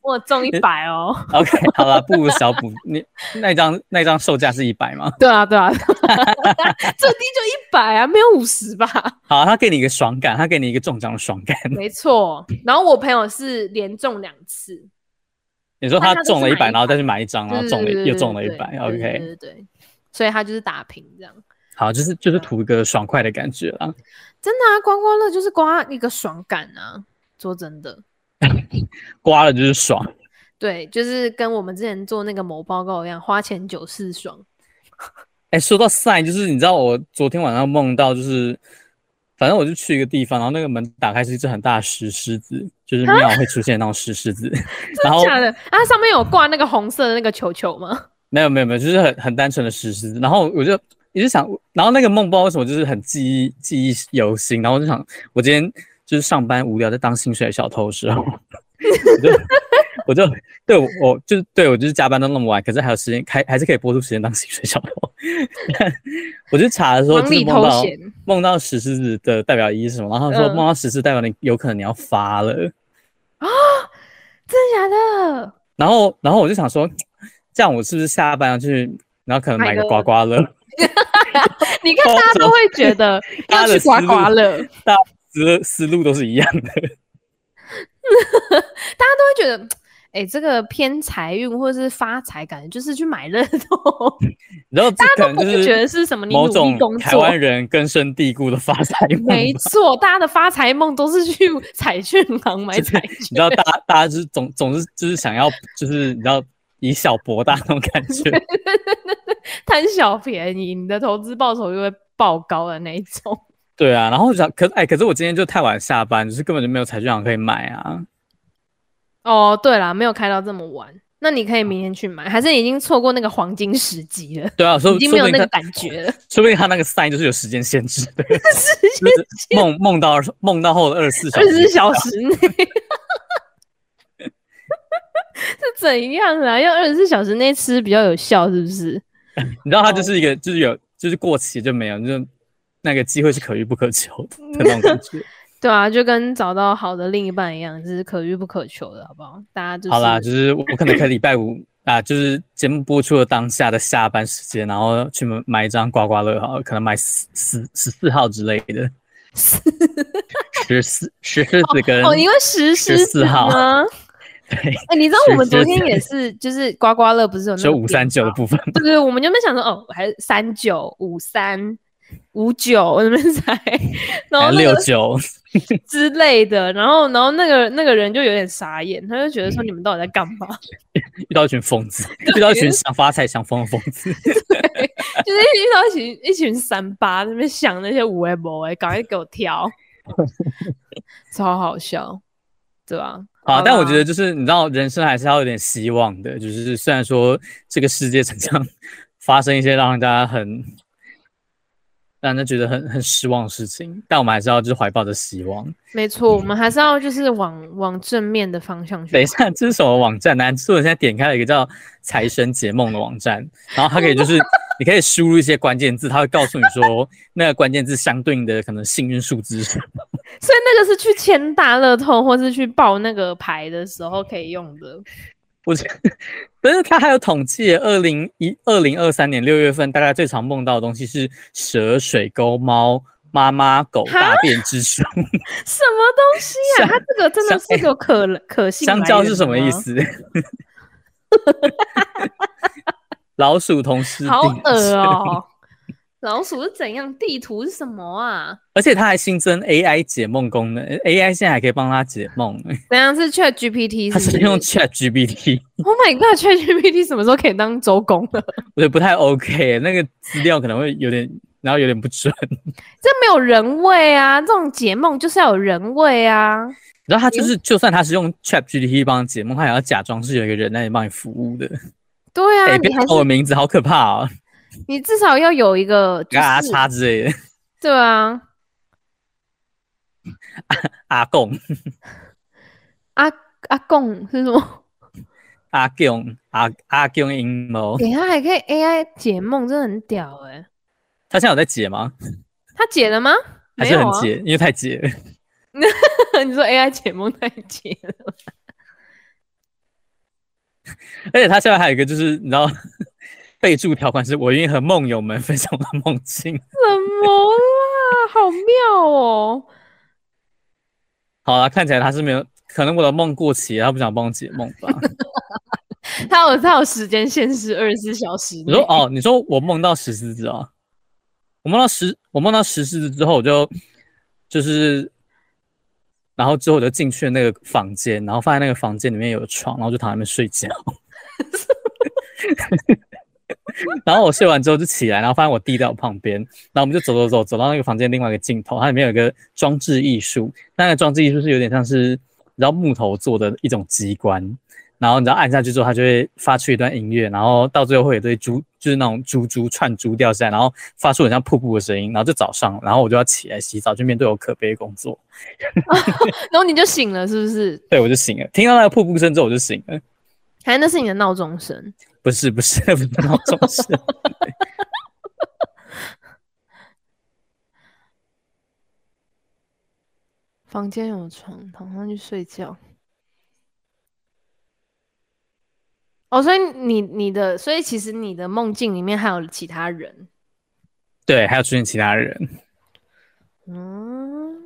Speaker 2: 我有中一百哦。
Speaker 1: OK，好 了，不如小补你那一张那一张售价是一百吗？
Speaker 2: 对啊，对啊， 最低就一百啊，没有五十吧？
Speaker 1: 好，他给你一个爽感，他给你一个中奖的爽感。
Speaker 2: 没错。然后我朋友是连中两次，
Speaker 1: 你说
Speaker 2: 那
Speaker 1: 他
Speaker 2: 他都
Speaker 1: 中
Speaker 2: 是
Speaker 1: 了一
Speaker 2: 买
Speaker 1: 百，
Speaker 2: 100
Speaker 1: 然后再去买一张，然后中了
Speaker 2: 对对对
Speaker 1: 又中了一
Speaker 2: 对
Speaker 1: 百。
Speaker 2: 对对
Speaker 1: OK，
Speaker 2: 对对，所以他就是打平这样。
Speaker 1: 好，就是就是图一个爽快的感觉啦。
Speaker 2: 真的啊，刮刮乐就是刮一个爽感啊，说真的。
Speaker 1: 刮了就是爽，
Speaker 2: 对，就是跟我们之前做那个某报告一样，花钱九四爽。
Speaker 1: 哎、说到赛，就是你知道我昨天晚上梦到，就是反正我就去一个地方，然后那个门打开是一只很大的石狮子，就是庙会出现那种石狮子， 然后
Speaker 2: 假的啊，上面有挂那个红色的那个球球吗？
Speaker 1: 没有没有没有，就是很很单纯的实施。然后我就一直想，然后那个梦不知道为什么就是很记忆记忆犹新。然后我就想，我今天就是上班无聊，在当薪水小偷的时候，我就我就对我我就是对我就是加班到那么晚，可是还有时间开还是可以播出时间当薪水小偷。 我去查的时候
Speaker 2: 忙
Speaker 1: 就是
Speaker 2: 里
Speaker 1: 梦
Speaker 2: 偷
Speaker 1: 到
Speaker 2: 闲。
Speaker 1: 梦到十四日的代表意义是什么，然后他说
Speaker 2: 嗯
Speaker 1: 梦到十四代表你有可能你要发了，
Speaker 2: 真的假的？
Speaker 1: 然后然后我就想说，这样我是不是下班要去，然后可能
Speaker 2: 买
Speaker 1: 买个
Speaker 2: 个
Speaker 1: 刮刮乐？
Speaker 2: 你看大家都会 觉得
Speaker 1: 大
Speaker 2: 要
Speaker 1: 家的
Speaker 2: 去刮刮乐，
Speaker 1: 大家思思路都是一样的。
Speaker 2: 都会觉得，哎、这个偏财运或者是发财，感觉就是去买乐透，
Speaker 1: 然后这
Speaker 2: 大
Speaker 1: 可
Speaker 2: 家都
Speaker 1: 能
Speaker 2: 不
Speaker 1: 就
Speaker 2: 会觉得
Speaker 1: 是
Speaker 2: 是什么你努
Speaker 1: 某
Speaker 2: 力
Speaker 1: 种
Speaker 2: 工
Speaker 1: 台
Speaker 2: 作。
Speaker 1: 湾人根深蒂固的发财梦吧。
Speaker 2: 没错，大家的发财梦都是去彩券行买彩
Speaker 1: 你
Speaker 2: 券，
Speaker 1: 知道，大家大家就是总总是就是想要就是你知道以小博大那种感 觉。
Speaker 2: 贪小便宜，你的投资报酬就会爆高的那一种。
Speaker 1: 对啊，然后我想，可哎，可是我今天就太晚下班，就是根本就没有彩券行可以买啊。
Speaker 2: 哦，对啦，没有开到这么晚，那你可以明天去买，还是已经错过那个黄金时机了，
Speaker 1: 对啊，说
Speaker 2: 已经
Speaker 1: 说
Speaker 2: 没
Speaker 1: 不定
Speaker 2: 有那个
Speaker 1: 他，
Speaker 2: 感觉了。
Speaker 1: 说不定他那个 sign 就是有时间限制的，
Speaker 2: 是
Speaker 1: 就是梦梦到梦到后的二十四小
Speaker 2: 二
Speaker 1: 时。
Speaker 2: 十四小时内。 是怎样啊？要二十四小时内吃比较有效，是不是？
Speaker 1: 你知道，它就是一个就是有就是过期就没有，就那个机会是可遇不可求的
Speaker 2: 嗯
Speaker 1: 那种感觉。
Speaker 2: 对啊，就跟找到好的另一半一样，就是可遇不可求的，好不好？大家就是
Speaker 1: 好啦，就是我可能可以礼拜五啊，就是节目播出的当下的下班时间，然后去买买一张刮刮乐，好了，可能买十十十四号之类 的，十四十四子跟
Speaker 2: 哦，因为实施
Speaker 1: 14号
Speaker 2: 吗？
Speaker 1: 对，
Speaker 2: 哎、你知道我们昨天
Speaker 1: 14
Speaker 2: 也是，就是刮刮乐不是有那
Speaker 1: 只有
Speaker 2: 个
Speaker 1: 五三九的部分，
Speaker 2: 对对，我们原本想说，哦，还是三九五三五九，我那边猜，然
Speaker 1: 还有
Speaker 2: 后那
Speaker 1: 六
Speaker 2: 个
Speaker 1: 九，
Speaker 2: 之类的，然后然后那个那个人就有点傻眼，他就觉得说
Speaker 1: 嗯
Speaker 2: 你们到底在干嘛？
Speaker 1: 遇到一群疯子，遇到一群想发财想疯的疯子，
Speaker 2: 就是遇到一群一群三八在那边想那些五 A 博哎，赶快给我 挑，超好笑，对吧、
Speaker 1: 啊，但我
Speaker 2: 啦
Speaker 1: 觉得就是你知道，人生还是要有点希望的。就是虽然说这个世界常常 发生一些让大家很让人家觉得很很失望的事情，但我们还是要就是怀抱着希望。
Speaker 2: 没错，我们还是要就是往往正面的方向去。
Speaker 1: 等一下，这是什么网站呢、就是我现在点开了一个叫“财神解梦”的网站，然后它可以就是你可以输入一些关键字，它会告诉你说那个关键字相对应的可能幸运数字是什么。
Speaker 2: 所以那个是去签大乐透或是去报那个牌的时候可以用的。
Speaker 1: 我觉得，但是他还有统计，二零一二零二三年六月份，大家最常梦到的东西是蛇、水沟、猫、妈妈、狗、
Speaker 2: 哈
Speaker 1: 大便之 书。
Speaker 2: 什么东西啊？
Speaker 1: 像
Speaker 2: 它这个真的
Speaker 1: 像
Speaker 2: 是有可可信来
Speaker 1: 香
Speaker 2: 源的
Speaker 1: 蕉是什么意
Speaker 2: 吗？
Speaker 1: 思？ 老鼠同尸定。
Speaker 2: 好恶哦、老鼠是怎样？地图是什么啊？
Speaker 1: 而且它还新增 AI 解梦功能，AI 现在还可以帮他解梦，
Speaker 2: 怎样是 Chat GPT？
Speaker 1: 它
Speaker 2: 是
Speaker 1: 是
Speaker 2: 不是
Speaker 1: 用 Chat GPT，
Speaker 2: Oh my God，Chat GPT 什么时候可以当周公了？
Speaker 1: 我觉得不太 OK，那个资料可能会有点，然后有点不准。
Speaker 2: 这没有人味啊！这种解梦就是要有人味啊！
Speaker 1: 然后他就是，就算他是用 Chat GPT 帮你解梦，他也要假装是有一个人在那里帮你服务的。
Speaker 2: 对啊，
Speaker 1: 哎、别
Speaker 2: 你还
Speaker 1: 叫
Speaker 2: 是
Speaker 1: 我名字，好可怕哦！
Speaker 2: 你至少要有一个、就是，
Speaker 1: 阿叉之类的，
Speaker 2: 对啊，
Speaker 1: 阿贡、
Speaker 2: 阿阿贡是什么？
Speaker 1: 阿贡、阿阿贡阴 谋，
Speaker 2: 给他还可以 AI 解梦，真的很屌哎、
Speaker 1: 他现在有在解吗？
Speaker 2: 他解了吗？
Speaker 1: 还
Speaker 2: 没
Speaker 1: 是
Speaker 2: 有
Speaker 1: 很
Speaker 2: 啊。
Speaker 1: 解，因为太解了。
Speaker 2: 你说 AI 解梦太解了，
Speaker 1: 而且他现在还有一个就是，你知道， 备注条款是我愿意和梦友们分享我的梦境。
Speaker 2: 什么啦？好妙哦！
Speaker 1: 好了，看起来他是没有，可能我的梦过期了，他不想帮我解梦吧？
Speaker 2: 他有他有时间限制二十四小时内。
Speaker 1: 你说哦，你说我梦到石狮子啊、我梦到石，我梦到石狮子之后，我就就是，然后之后我就进去那个房间，然后发现那个房间里面有床，然后就躺在那边睡觉。 然后我睡完之后就起来，然后发现我弟在我旁边，然后我们就走走走走到那个房间另外一个尽头，它里面有一个装置艺术，那个装置艺术是有点像是然后木头做的一种机关，然后你知道按下去之后，它就会发出一段音乐，然后到最后会有一堆珠，就是那种珠珠串珠掉下来，然后发出很像瀑布的声音，然后就早上，然后我就要起来洗澡，去面对我可悲的工作。
Speaker 2: 然后你就醒了，是不是？
Speaker 1: 对，我就醒了，听到那个瀑布声之后我就醒了。
Speaker 2: 还是那是你的闹钟声？
Speaker 1: 不是不是，不是闹钟声，
Speaker 2: 房间有床，躺上去睡觉。哦，所以你你的，所以其实你的梦境里面还有其他人，
Speaker 1: 对，还有出现其他人，
Speaker 2: 嗯，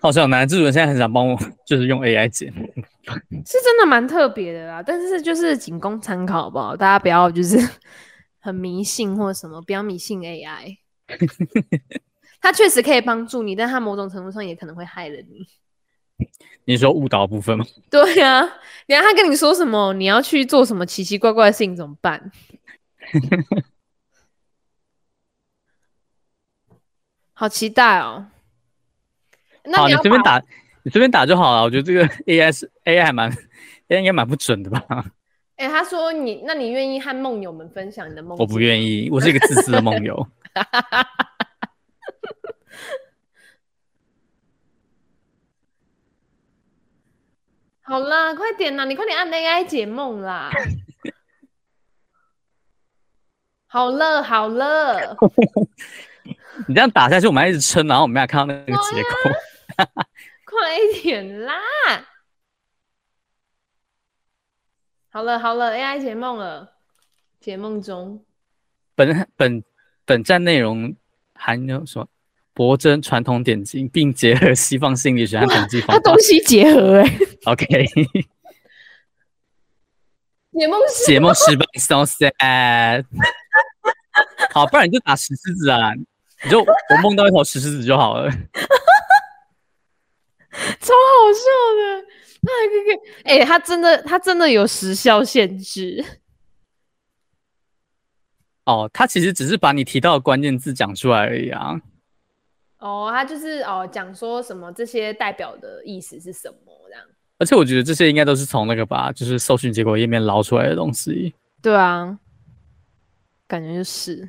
Speaker 1: 好像男制作人现在很想帮我，就是用 AI 剪。
Speaker 2: 是真的蛮特别的啦。但是就是仅供参考，好不好？大家不要就是 很迷信或什么，不要迷信 AI。它确实可以帮助你，但它某种程度上也可能会害了你。
Speaker 1: 你说误导的部分吗？
Speaker 2: 对呀、啊，你看他跟你说什么，你要去做什么奇奇怪怪的事情怎么办？好期待哦！那
Speaker 1: 好，
Speaker 2: 你
Speaker 1: 你
Speaker 2: 要
Speaker 1: 随便
Speaker 2: 把
Speaker 1: 打，你随便打就好了。我觉得这个 AI 是 AI 还蛮 AI 应该蛮不准的吧？
Speaker 2: 哎、他说你，那你愿意和梦友们分享你的梦？
Speaker 1: 我不愿。意，我是一个自私的梦游。
Speaker 2: 好啦，快点啦，你快点按 AI 解梦 啦！好了好 了，
Speaker 1: 你这样打下去，我们还一直撑，然后我们没有看到那个结果。
Speaker 2: 快一点啦！好了好了，AI 解梦了，解梦中。
Speaker 1: 本本本站内容含有什么？博真传统典籍，并结合西方心理学和统计
Speaker 2: 它
Speaker 1: 方法
Speaker 2: 东。西结合哎、
Speaker 1: OK，
Speaker 2: 解梦师
Speaker 1: 解梦失败，so sad。好，不然你就打石狮子啊，你就我梦到一头石狮子就好了。
Speaker 2: 超好笑的，那还可以可以，哎、它真的它真的有时效限 制，
Speaker 1: 哦，他其实只是把你提到的关键字讲出来而已啊。
Speaker 2: 哦，它就是哦讲说什么这些代表的意思是什么这样，
Speaker 1: 而且我觉得这些应该都是从那个吧，就是搜寻结果页面捞出来的东西。
Speaker 2: 对啊，感觉就是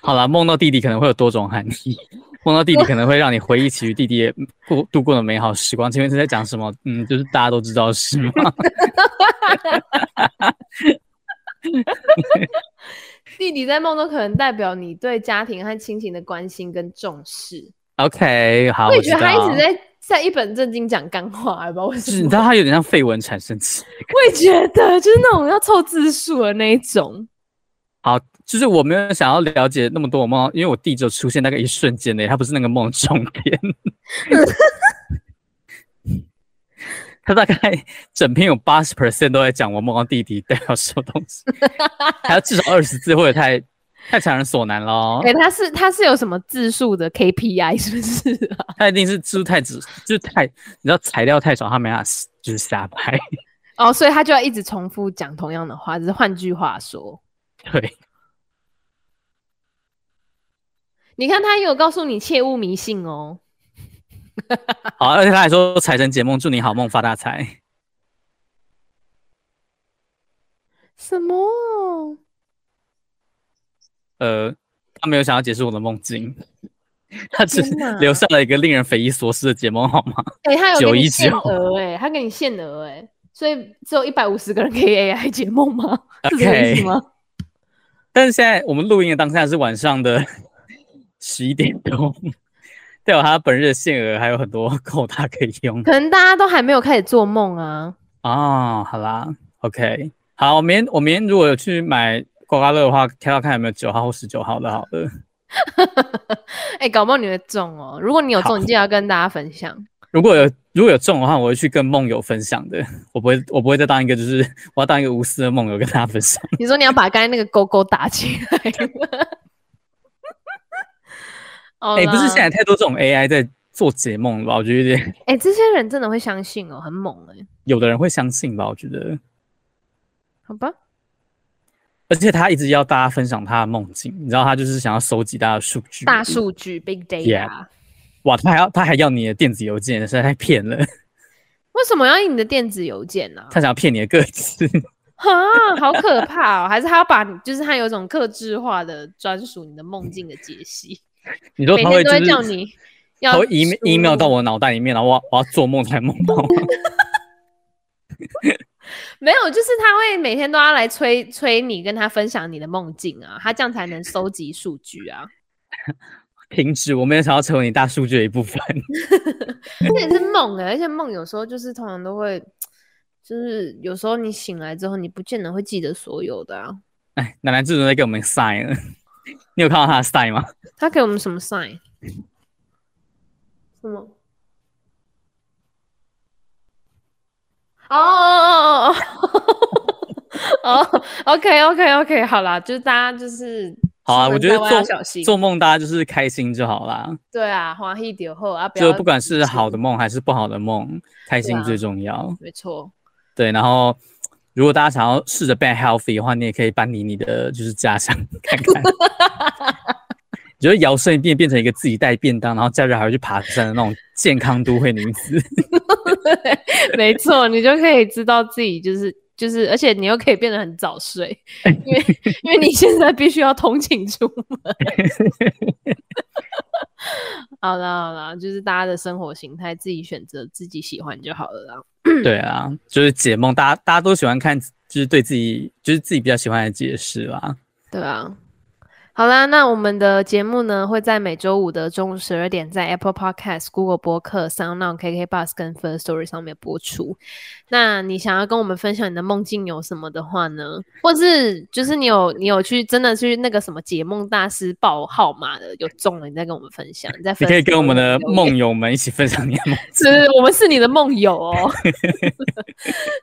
Speaker 1: 好啦，梦到弟弟可能会有多种含义。梦到弟弟可能会让你回忆起与弟弟过度过的美好时光。前面是在讲什么？嗯，就是大家都知道的事吗？
Speaker 2: 弟弟在梦中可能代表你对家庭和亲情的关心跟重视，
Speaker 1: OK，好，
Speaker 2: 我
Speaker 1: 啊我
Speaker 2: 也
Speaker 1: 知
Speaker 2: 觉得
Speaker 1: 道。
Speaker 2: 他一直在在一本正经讲干话，也不知道为
Speaker 1: 就是
Speaker 2: 什
Speaker 1: 你
Speaker 2: 么
Speaker 1: 知，道他有点像绯闻产生器。
Speaker 2: 我也觉得就是那种要凑字数的那一种，
Speaker 1: 好，就是我没有想要了解那么多我梦到，因为我弟只有出现大概一瞬间的，他不是那个梦的重点。他大概整篇有八十 percent 都在讲我梦到弟弟代表什么东西，还要至少二十字，或者太太强人所难哦咯。
Speaker 2: 哎、他是他是有什么字数的 KPI 是不是啊？
Speaker 1: 他一定是字太只，就是太你知道材料太少，他没办法就是瞎拍。
Speaker 2: 哦，所以他就要一直重复讲同样的话，只是换句话说，
Speaker 1: 对，
Speaker 2: 你看他也有告诉你切勿迷信哦。
Speaker 1: 好，而且他还说财神解梦，祝你好梦发大财。
Speaker 2: 什么？
Speaker 1: 呃，他没有想要解释我的梦境，他只是
Speaker 2: 天哪
Speaker 1: 留下了一个令人匪夷所思的解梦号码。
Speaker 2: 哎、他有给你
Speaker 1: 919
Speaker 2: 限额哎、他给你限额哎、所以只有一百五十个人可以 AI 解梦吗？ 是这个意思
Speaker 1: OK，
Speaker 2: 吗？
Speaker 1: 但是现在我们录音的当下是晚上的十一点多， 代表他本日的限额还有很多 够他可以用
Speaker 2: 可能大家都还没有开始做梦啊。
Speaker 1: 啊、好啦，OK，好，我明天我明天如果有去买刮刮乐的话，挑挑看有没有九号或十九号的，好了。
Speaker 2: 哎、搞不好你会中哦。如果你有
Speaker 1: 好
Speaker 2: 中，你记得要跟大家分享。
Speaker 1: 如果有如果有中的话，我会去跟梦友分享的。我不会我不会再当一个就是我要当一个无私的梦友跟大家分享。
Speaker 2: 你说你要把刚才那个勾勾打起来。 哦，
Speaker 1: 哎、不是现在太多这种 AI 在做解梦了吧？我觉得有点，
Speaker 2: 哎、这些人真的会相信哦，很猛哎、
Speaker 1: 有的人会相信吧。我觉得，
Speaker 2: 好吧，
Speaker 1: 嗯而且他一直要大家分享他的梦境，你知道，他就是想要收集大家的数据。
Speaker 2: 大数据 big data，、
Speaker 1: Yeah 哇，他还要他还要你的电子邮件，实在太骗了。
Speaker 2: 为什么要印你的电子邮件呢、啊
Speaker 1: 他？想要骗你的个资，
Speaker 2: 啊，好可怕哦！还是他要把你，就是他有一种克制化的专属你的梦境的解析，
Speaker 1: 你说
Speaker 2: 每
Speaker 1: 他
Speaker 2: 天
Speaker 1: 会
Speaker 2: 都
Speaker 1: 就
Speaker 2: 会
Speaker 1: 是
Speaker 2: 叫你
Speaker 1: 他
Speaker 2: 要
Speaker 1: 会 email
Speaker 2: 输
Speaker 1: email 到我脑袋里面，然后我要我要做梦才梦到。
Speaker 2: 没有，就是他会每天都要来催催你，跟他分享你的梦境啊，他这样才能收集数据啊。
Speaker 1: 停止，我没有想要成为你大数据的一部分。
Speaker 2: 这也是梦哎、而且梦有时候就是通常都会，就是有时候你醒来之后，你不见得会记得所有的啊。
Speaker 1: 哎，奶奶最终在给我们 sign 了，你有看到他的 sign 吗？
Speaker 2: 他给我们什么 sign？什么？哦哦哦哦哦哦，OK OK OK，好啦，就是大家就是
Speaker 1: 好啊，
Speaker 2: 出
Speaker 1: 我
Speaker 2: 门
Speaker 1: 觉
Speaker 2: 在
Speaker 1: 得
Speaker 2: 外要小心
Speaker 1: 做，做梦大家就是开心就好啦，
Speaker 2: 对啊，华裔点后啊，不
Speaker 1: 就
Speaker 2: 要
Speaker 1: 不管是好的梦还是不好的梦，开心
Speaker 2: 啊
Speaker 1: 最重要。
Speaker 2: 没错，
Speaker 1: 对，然后如果大家想要试着变 healthy 的话，你也可以搬离你的就是家乡看看。 你就会摇身一变变成一个自己带便当，然后假日还会去爬山的那种健康都会女子。
Speaker 2: 没错，你就可以知道自己就是就是，而且你又可以变得很早睡，因为因为你现在必须要通勤出门。 好啦好啦，就是大家的生活形态自己选择自己喜欢就好了啦。
Speaker 1: 对啊，就是解梦，大家大家都喜欢看，就是对自己就是自己比较喜欢的解释啦。
Speaker 2: 对啊，好啦，那我们的节目呢会在每周五的中午十二点在 Apple Podcast、Google 播客、SoundOn、KK Bus 跟 First Story 上面播出。那你想要跟我们分享你的梦境有什么的话呢，或是就是你有你有去真的去那个什么解梦大师报号码的，有中了你再跟我们分享，你再
Speaker 1: 你可以
Speaker 2: First
Speaker 1: 跟我们的
Speaker 2: Story 留言
Speaker 1: 梦友们一起分享你的梦。
Speaker 2: 是我们是你的梦友哦。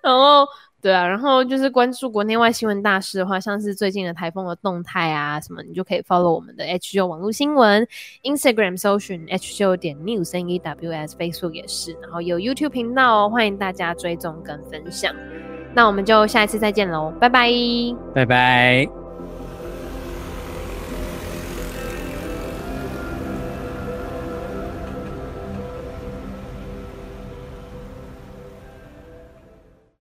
Speaker 2: 然后对啊，然后就是关注国内外新闻大事的话，像是最近的台风的动态啊什么，你就可以 follow 我们的 H 九网络新闻，Instagram 搜寻 H 九点 news n e w s Facebook 也是，然后有 YouTube 频道哦，欢迎大家追踪跟分享。那我们就下一次再见喽，拜拜。
Speaker 1: 拜拜。